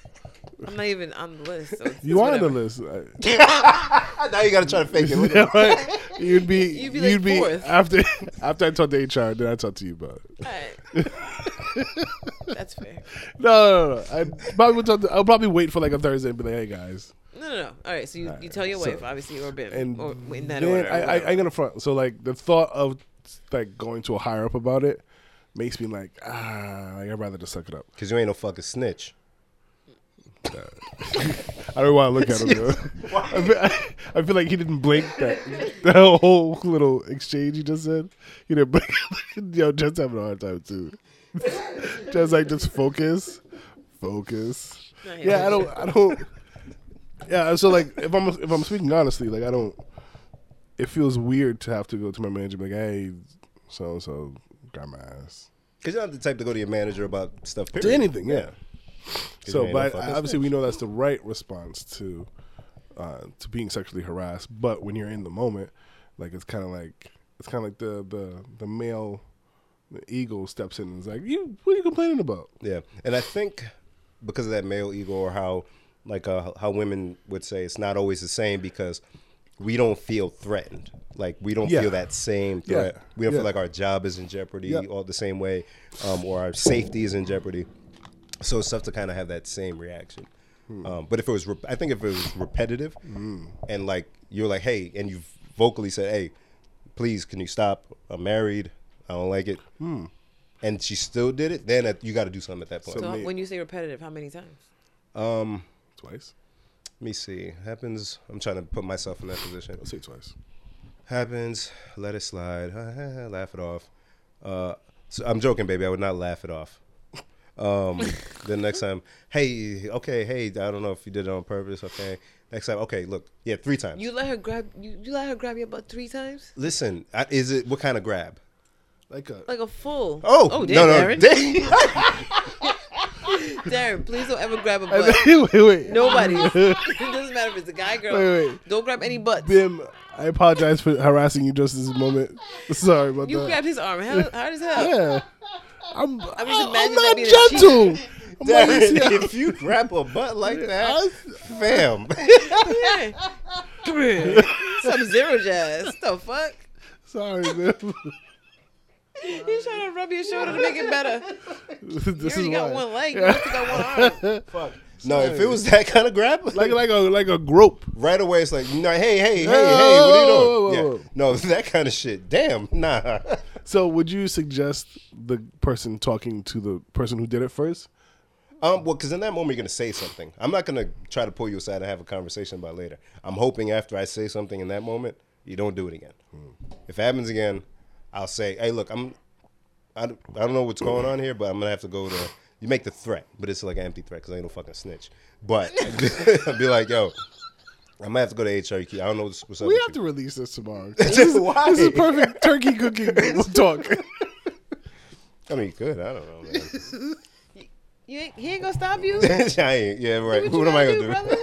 I'm not even on the list. So it's-
You
it's
are on the
whatever.
list. I-
Ah, now you gotta try to fake
<laughs>
it. Look at-
you'd be
<laughs> You'd
you'd
be
be,
like fourth.
after <laughs> after I talk to HR, then I talk to you about it. <laughs>
All right. That's fair.
No, no, no. no. I probably would talk to, I'll probably wait for like a Thursday and be like, hey guys,
No, no, no. All right. So you, you tell your
so-
wife, obviously, or Bim,
and
or in that
then
order. or
I,
whatever.
I, I'm gonna front. So like the thought of like going to a higher up about it makes me like ah, like I'd rather just suck it up.
Cause you ain't no fucking snitch.
I don't want to look at him. though. I, feel, I, I feel like he didn't blink that that whole little exchange he just said. He didn't blink. <laughs> Yo, just having a hard time too. <laughs> just like just focus, focus.
Not
Yeah, I
yet.
don't. I don't. Yeah, so like if I'm if I'm speaking honestly, like I don't. It feels weird to have to go to my manager and be like, hey, so and so, grab my ass
Cause you're not the type to go to your manager about stuff.
to
period.
anything. Yeah.
'Cause you
So,
ain't no
but
fucking
I- obviously, we know that's the right response to uh, to being sexually harassed. But when you're in the moment, like it's kind of like it's kind of like the the the male the ego steps in and is like, "You, what are you complaining about?"
Yeah, and I think because of that male ego or how, like, uh, how women would say it's not always the same because we don't feel threatened. Like we don't
Yeah.
feel that same
Yeah.
threat. We don't
Yeah.
feel like our job is in jeopardy
Yep.
all the same way, um, or our safety is in jeopardy. So it's tough to kind of have that same reaction. Um, but if it was, rep- I think if it was repetitive, and like you're like, hey, and you vocally said, hey, please, can you stop? I'm married. I don't like it. And she still did it. Then you got to do something at that point.
So
me-
when you say repetitive, how many times?
Twice.
Let me see. Happens. I'm trying to put myself in that position.
Let's say twice.
Happens. Let it slide. laugh it off. Uh, so I'm joking, baby. I would not laugh it off.
<laughs>
Um, the next time, hey, okay, hey, I don't know if you did it on purpose. Okay, next time, okay, look, yeah, three times.
You let her grab you, you let her grab your butt three times?
Listen, I, is it what kind of grab?
Like uh, <laughs> a
Like a full.
Oh,
oh,
no,
damn,
no,
Darren.
<laughs>
damn.
Darren, please don't ever grab a butt.
wait, wait, <laughs>
Nobody. <laughs> it doesn't matter if it's a guy, girl.
Wait, wait.
Don't grab any butts.
Bim. I apologize for harassing you just this moment. <laughs> Sorry about
You
that.
grabbed his arm. How hard as hell.
yeah. I'm, I'm,
just
I'm
imagining that
not
being a cheat.
gentle. I'm
<laughs>
like,
<laughs>
Darren,
yeah.
if you grab a butt
<laughs>
like that, fam, <laughs>
Yeah. Come here. <laughs> Some zero jazz. the fuck?
Sorry, Bim. <laughs>
He's trying to rub your shoulder to make it better. You
this is
already got
why.
one leg. You also got one arm.
no, if it was that kind of grab,
like like a like a grope.
<laughs> right away it's like, no, hey, hey, hey, hey, what are you doing?
whoa, whoa, whoa, whoa.
Yeah. No, <laughs> that kind of shit. Damn, nah. <laughs>
So would you suggest the person talking to the person who did it first?
Um, well, because in that moment you're gonna say something. I'm not gonna try to pull you aside and have a conversation about it later. I'm hoping after I say something in that moment, you don't do it again. Hmm. If it happens again, I'll say, hey, look, I'm, I, don't- I don't know what's going on here, but I'm gonna have to go to. You make the threat, but it's like an empty threat because I ain't no fucking snitch. But <laughs> I'll be like, yo, I might have to go to HRQ. I don't know what's, what's up.
We
with
have to
you.
release this tomorrow. <laughs> This is,
Why?
this is perfect turkey cooking <laughs> talk.
I mean, good. I don't know,
<laughs>
man. <laughs>
You ain't, he ain't gonna stop you.
I ain't, yeah, right.
What,
What,
you
am I gonna
do,
do?
brother?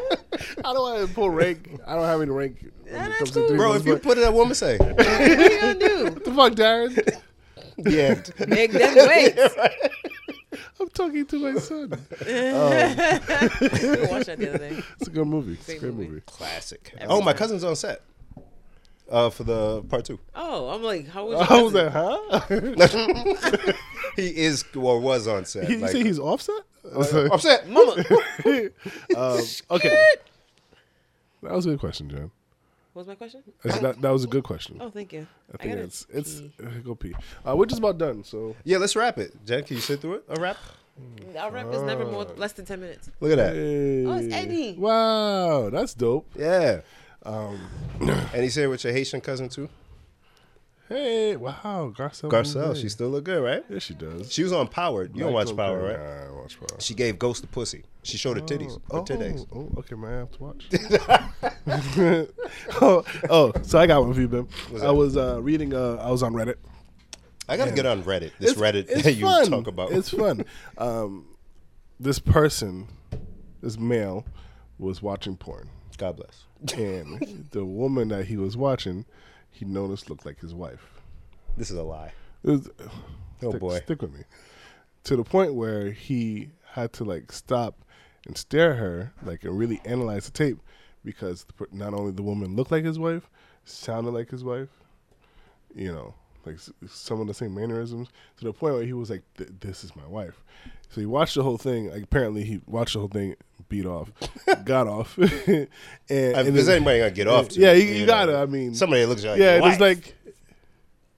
I don't want to pull rank. I don't have any rank when
Nah,
it
that's
comes
cool.
to three
Bro,
of us,
if you
but-
put it at woman
<laughs>
say,
What you gonna do?
the fuck, Darren.
yeah.
<laughs>
Make them wait.
I'm talking to my son.
We were watching that the other day.
It's a good movie. It's a
Great
great
movie.
movie.
Classic. oh, my cousin's on set uh, for the part two.
Oh, I'm like, how was?
I was like, huh?
he is or was on set.
You
like, uh,
say he's offset?
upset.
Mama,
<laughs> Um, okay. That was a good question, John.
what was my question?
I said That, that was a good question.
Oh, thank you.
I think
gotta
it's it's
pee.
uh, go pee. Uh, we're just about done, so
Yeah, let's wrap it. Jack, can you sit through it? A wrap?
Our rep is never more less than ten minutes.
Look at that.
oh,
it's Eddie.
Wow, that's dope.
Yeah.
<clears throat>
Um, and he's here with your Haitian cousin too.
Hey, wow, Garcelle.
Garcelle,
Monet.
she still look good, right?
yeah, she does.
Mm-hmm. She was on Powered. You don't watch Power, right?
Nah, I don't watch Power.
She gave Ghost the pussy. She showed her titties. Her
Oh,
titties.
oh, okay, man, I have to watch.
<laughs>
oh, oh, so I got one for you, Ben. I
that?
was uh, reading. Uh, I was on Reddit.
I gotta get on Reddit. This Reddit that you
fun.
talk about.
It's
<laughs>
fun. Um, this person, this male, was watching porn,
God bless. <laughs>
and the woman that he was watching, he noticed looked like his wife.
This is a lie.
It was,
Oh
stick,
boy.
stick with me. To the point where he had to like stop and stare at her, like and really analyze the tape, because the per- not only the woman looked like his wife, sounded like his wife, you know, like s- some of the same mannerisms. To the point where he was like, "Th- "This is my wife." So he watched the whole thing. Like, apparently, he watched the whole thing, beat
<laughs>
off, got off, <laughs> and,
If
and
there's
then-
anybody gonna get off to
Yeah, you,
it,
you
know.
got it. I mean,
somebody that looks like
yeah,
yeah,
it
your
was
wife.
like,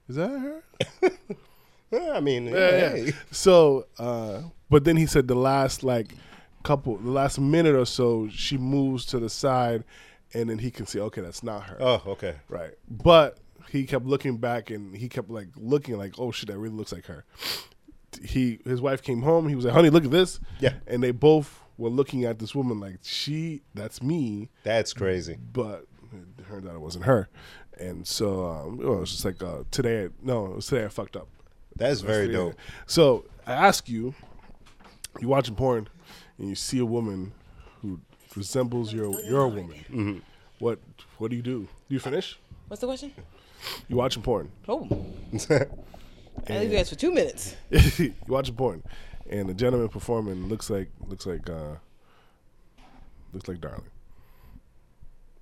is that her?
Yeah, I mean,
yeah,
hey.
yeah. So, uh, but then he said the last like couple, the last minute or so, she moves to the side, and then he can see, okay, that's not her,
Oh, okay.
right? But he kept looking back, and he kept like looking, like, oh shit, that really looks like her. He, his wife came home. He was like, honey, look at this.
Yeah.
and they both were looking at this woman like she, that's me
That's crazy.
but it turned out it wasn't her. And so um, it was just like uh, today. No, it was today I fucked up.
That's very dope.
So I ask you, you watching porn, and you see a woman who resembles your your woman.
Mm-hmm.
What what do you do? Do you finish?
What's the question?
You watching
<laughs>
porn?
Oh, I leave you guys for two minutes.
you watching porn, and the gentleman performing looks like looks like uh, looks like darling.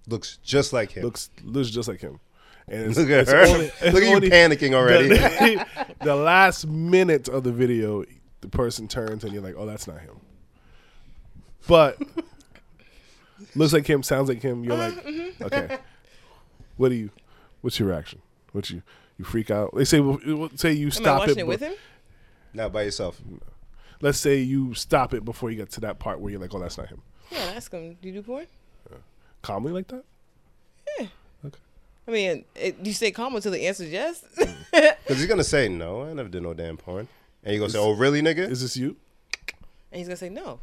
Looks just like him.
Looks looks just like him. And it's,
<laughs> Look at
it's
her.
only- it's
<laughs> Look at you
only-
panicking already.
the, <laughs> the last minute of the video, the person turns and you're like, oh, that's not him. But looks like him, sounds like him. You're like,
Mm-hmm.
okay. What do you? What's your reaction? What you? You freak out. They say, well, say you
Am I
stop
watching
it.
it, with
but-
him?
<laughs> Not by yourself.
Let's say you stop it before you get to that part where you're like, oh, that's not him.
Yeah, and ask him. Do you do porn?
Calmly like that.
I mean, it, you say calm until the answer's yes. <laughs>
Mm.
Because he's gonna say no. I never did no damn porn. And you're gonna say, "Oh, really, nigga?
Is this you?
And he's gonna say no.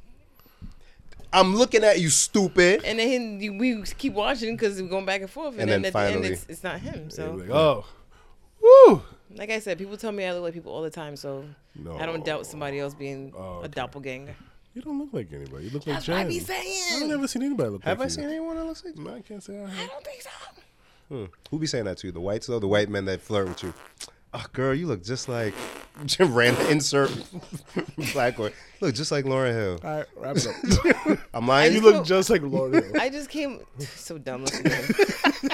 I'm looking at you, stupid."
And then he- we keep watching because we're going back and forth. And,
And
then,
then
at the end,
finally-
it's, it's not him.
And
So,
you're like, oh, woo.
like I said, people tell me I look like people all the time. So I don't doubt somebody else being
Oh,
a
okay.
doppelganger.
You don't look like anybody. You look like
That's what I
Jen.
be
I've
saying.
never seen anybody look
Have I
like
seen
you.
anyone that looks like?
No, I can't say I have.
I don't think so.
Hmm. Who be saying that to you? The whites though? The white men that flirt with you? Oh, girl, you look just like <laughs> Jim Random. Insert <laughs> black or look just like Lauren Hill.
All right, wrap <laughs> it up.
Am I?
you
just
look
don't-
just like Lauren. Hill.
I just came <laughs> so dumb. listen to him.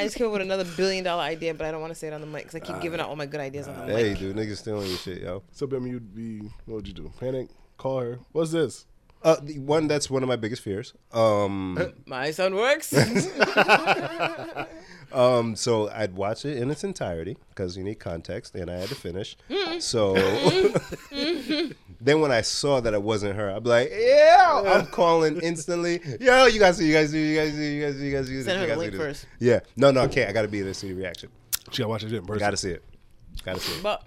I just came up with another billion dollar idea, but I don't want to say it on the mic because I keep giving out all my good ideas on the mic.
Ah. Hey, dude, niggas stealing your shit, yo.
so, Bim, you'd be, what would you do? Panic? Call her? What's this?
Uh, the one that's one of my biggest fears. Um,
My
<laughs>
son works.
um, so I'd watch it in its entirety because you need context, and I had to finish.
Mm-hmm.
So <laughs> then when I saw that it wasn't her, I'd be like, "Yeah!"
<laughs>
I'm calling instantly. Yo, you guys, do, you guys, do, you guys, do, you guys, do, you guys, do, this,
Send her
you
the
guys
link
do this.
first.
Yeah, no, no, I can't. I gotta be there to see the reaction.
She got to watch it in person.
Gotta see it. Gotta see it.
but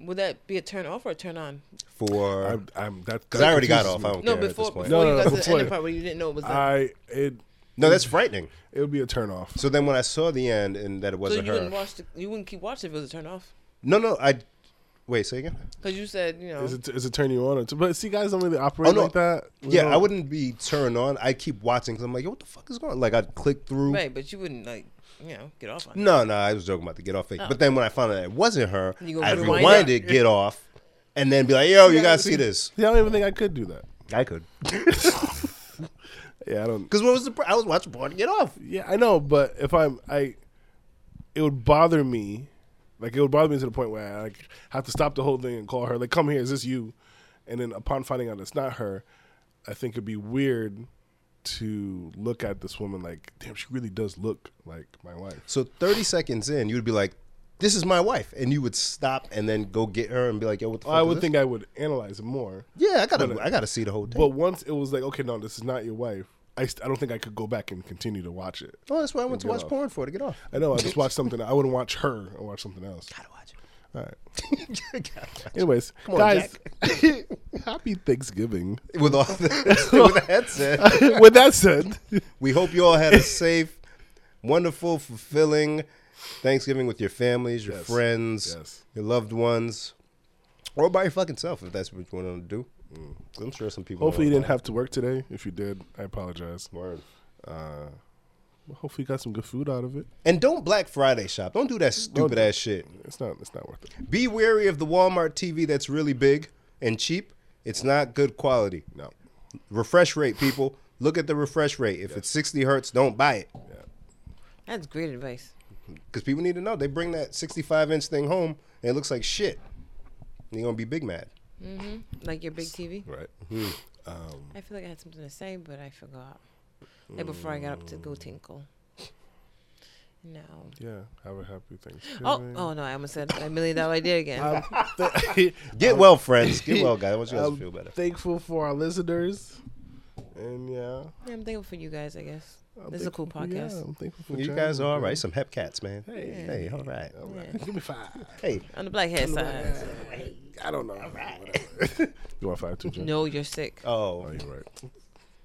would that be a turn off or a turn on?
For
I'm, I'm, that,
because I already got off.
confuses
I
me.
don't
No,
care
before
at this
before
point.
No,
No.
you
no,
got
no,
to the
before Ah,
end
you-
of part where you didn't know it was. done.
I, it,
that's frightening.
it would be a turn off.
So then when I saw the end and that it
so
wasn't
you
her,
wouldn't watch. The, you wouldn't keep watching if it was a turn off.
no, no, I wait. Say again.
Because you said you know.
Is it, is it turn you on? Or t- but see, guys don't really operate
Oh, no.
like that. We
Yeah,
don't-
I wouldn't be turned on. I keep watching because I'm like, yo, what the fuck is going? on? Like I'd click through.
Right, but you wouldn't like, you know, get off on. it.
No, no, I was joking about the get off thing. But then when I found out it wasn't her,
Oh. You gonna
I'd
rewind
rewind
it?
it, get off, and then be like, yo, you gotta see this.
See, I don't even think I could do that.
I could.
Yeah, I don't.
Because what was the? pr- I was watching porn. Get off.
Yeah, I know, but if I'm, I, it would bother me Like it would bother me to the point where I like have to stop the whole thing and call her. Like, come here, is this you? And then upon finding out it's not her, I think it'd be weird to look at this woman like, damn, she really does look like my wife.
So 30 seconds in, you would be like, this is my wife. And you would stop and then go get her and be like, yo, what the fuck?
I
is
would
this?
think I would analyze it more.
Yeah, I gotta, I gotta see the whole thing.
But once it was like, okay, no, this is not your wife. I, st- I don't think I could go back and continue to watch it.
oh, that's why I went to
Get
watch
off.
porn for to get off.
I know I just watched something. I wouldn't watch her. I watch something else.
Gotta watch it.
All right.
Gotta watch
Anyways,
on,
guys, <laughs> happy Thanksgiving. <laughs>
it. <laughs> With all the, with the headset.
With that
<laughs>
said,
We hope you all
<laughs>
had a safe, wonderful, fulfilling Thanksgiving with your families, your
Yes.
friends,
Yes.
your loved ones, or by your fucking self if that's what you want to do. 'Cause I'm sure some people.
hopefully you
don't
didn't
want
have to work today. If you did, I apologize.
that. Word.
Uh, hopefully you got some good food out of it.
And don't Black Friday shop. Don't do that stupid
do
ass shit.
It's not. It's not worth it.
Be wary of the Walmart TV that's really big and cheap. It's not good quality.
No.
Refresh rate, people. Look at the refresh rate. If it's 60 hertz, don't buy it.
That's great advice.
Because people need to know. They bring that 65 inch thing home and it looks like shit. And you're going to be big mad.
Like your big TV.
Right.
I feel like I had something to say, but I forgot. Like before I got up to go tinkle. No.
Yeah. Have a happy Thanksgiving.
Oh, oh no! I almost said a million dollar idea again.
Get well, friends. Get well, guys. I want
<laughs>
you guys to feel better.
Thankful for our listeners. And yeah,
Yeah, I'm thankful for you guys, I guess.
I'm
This is a cool
thankful- Yeah,
podcast.
I'm thankful for
You
Jan.
guys are all right. Some Hepcats, man.
Hey.
Hey, all right.
All right.
Yeah.
<laughs> Give me five.
Hey,
On the black hair side.
I don't know. Whatever. <laughs> you want five too, Jen?
No, you're sick.
Oh,
oh.
you're right.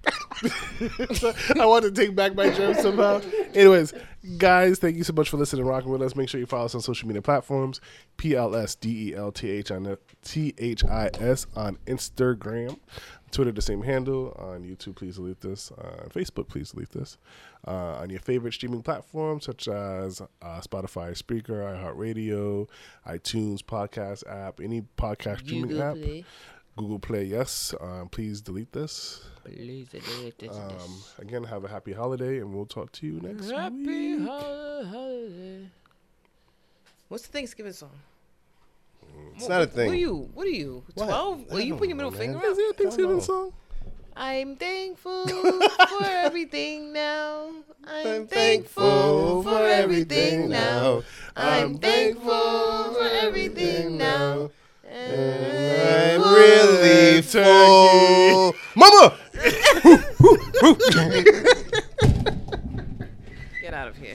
<laughs> I want to take back my germs somehow. Anyways, guys, thank you so much for listening and rocking with us. Make sure you follow us on social media platforms PLS D E L T H I N- T H I S on Instagram, Twitter, the same handle. On YouTube, please delete this. on Facebook, please delete this. Uh, on your favorite streaming platforms such as uh, Spotify, Speaker, iHeartRadio, iTunes, podcast app, any podcast streaming
Google
app.
Play.
Google Play, yes. Um, please delete this.
Please delete this.
Um, again, have a happy holiday, and we'll talk to you next
Happy
week.
hol- holiday. What's the Thanksgiving song?
It's not a
What are
thing.
you? What are you?
What?
Twelve?
I
Will you
don't
put your middle
know,
finger
man.
Is
up?
there a Thanksgiving
know.
song?
I'm <laughs> thankful for everything now. I'm, thankful for everything now. I'm thankful for everything now. Eh.
I'm
And I'm
really
Turkey.
full. Mama!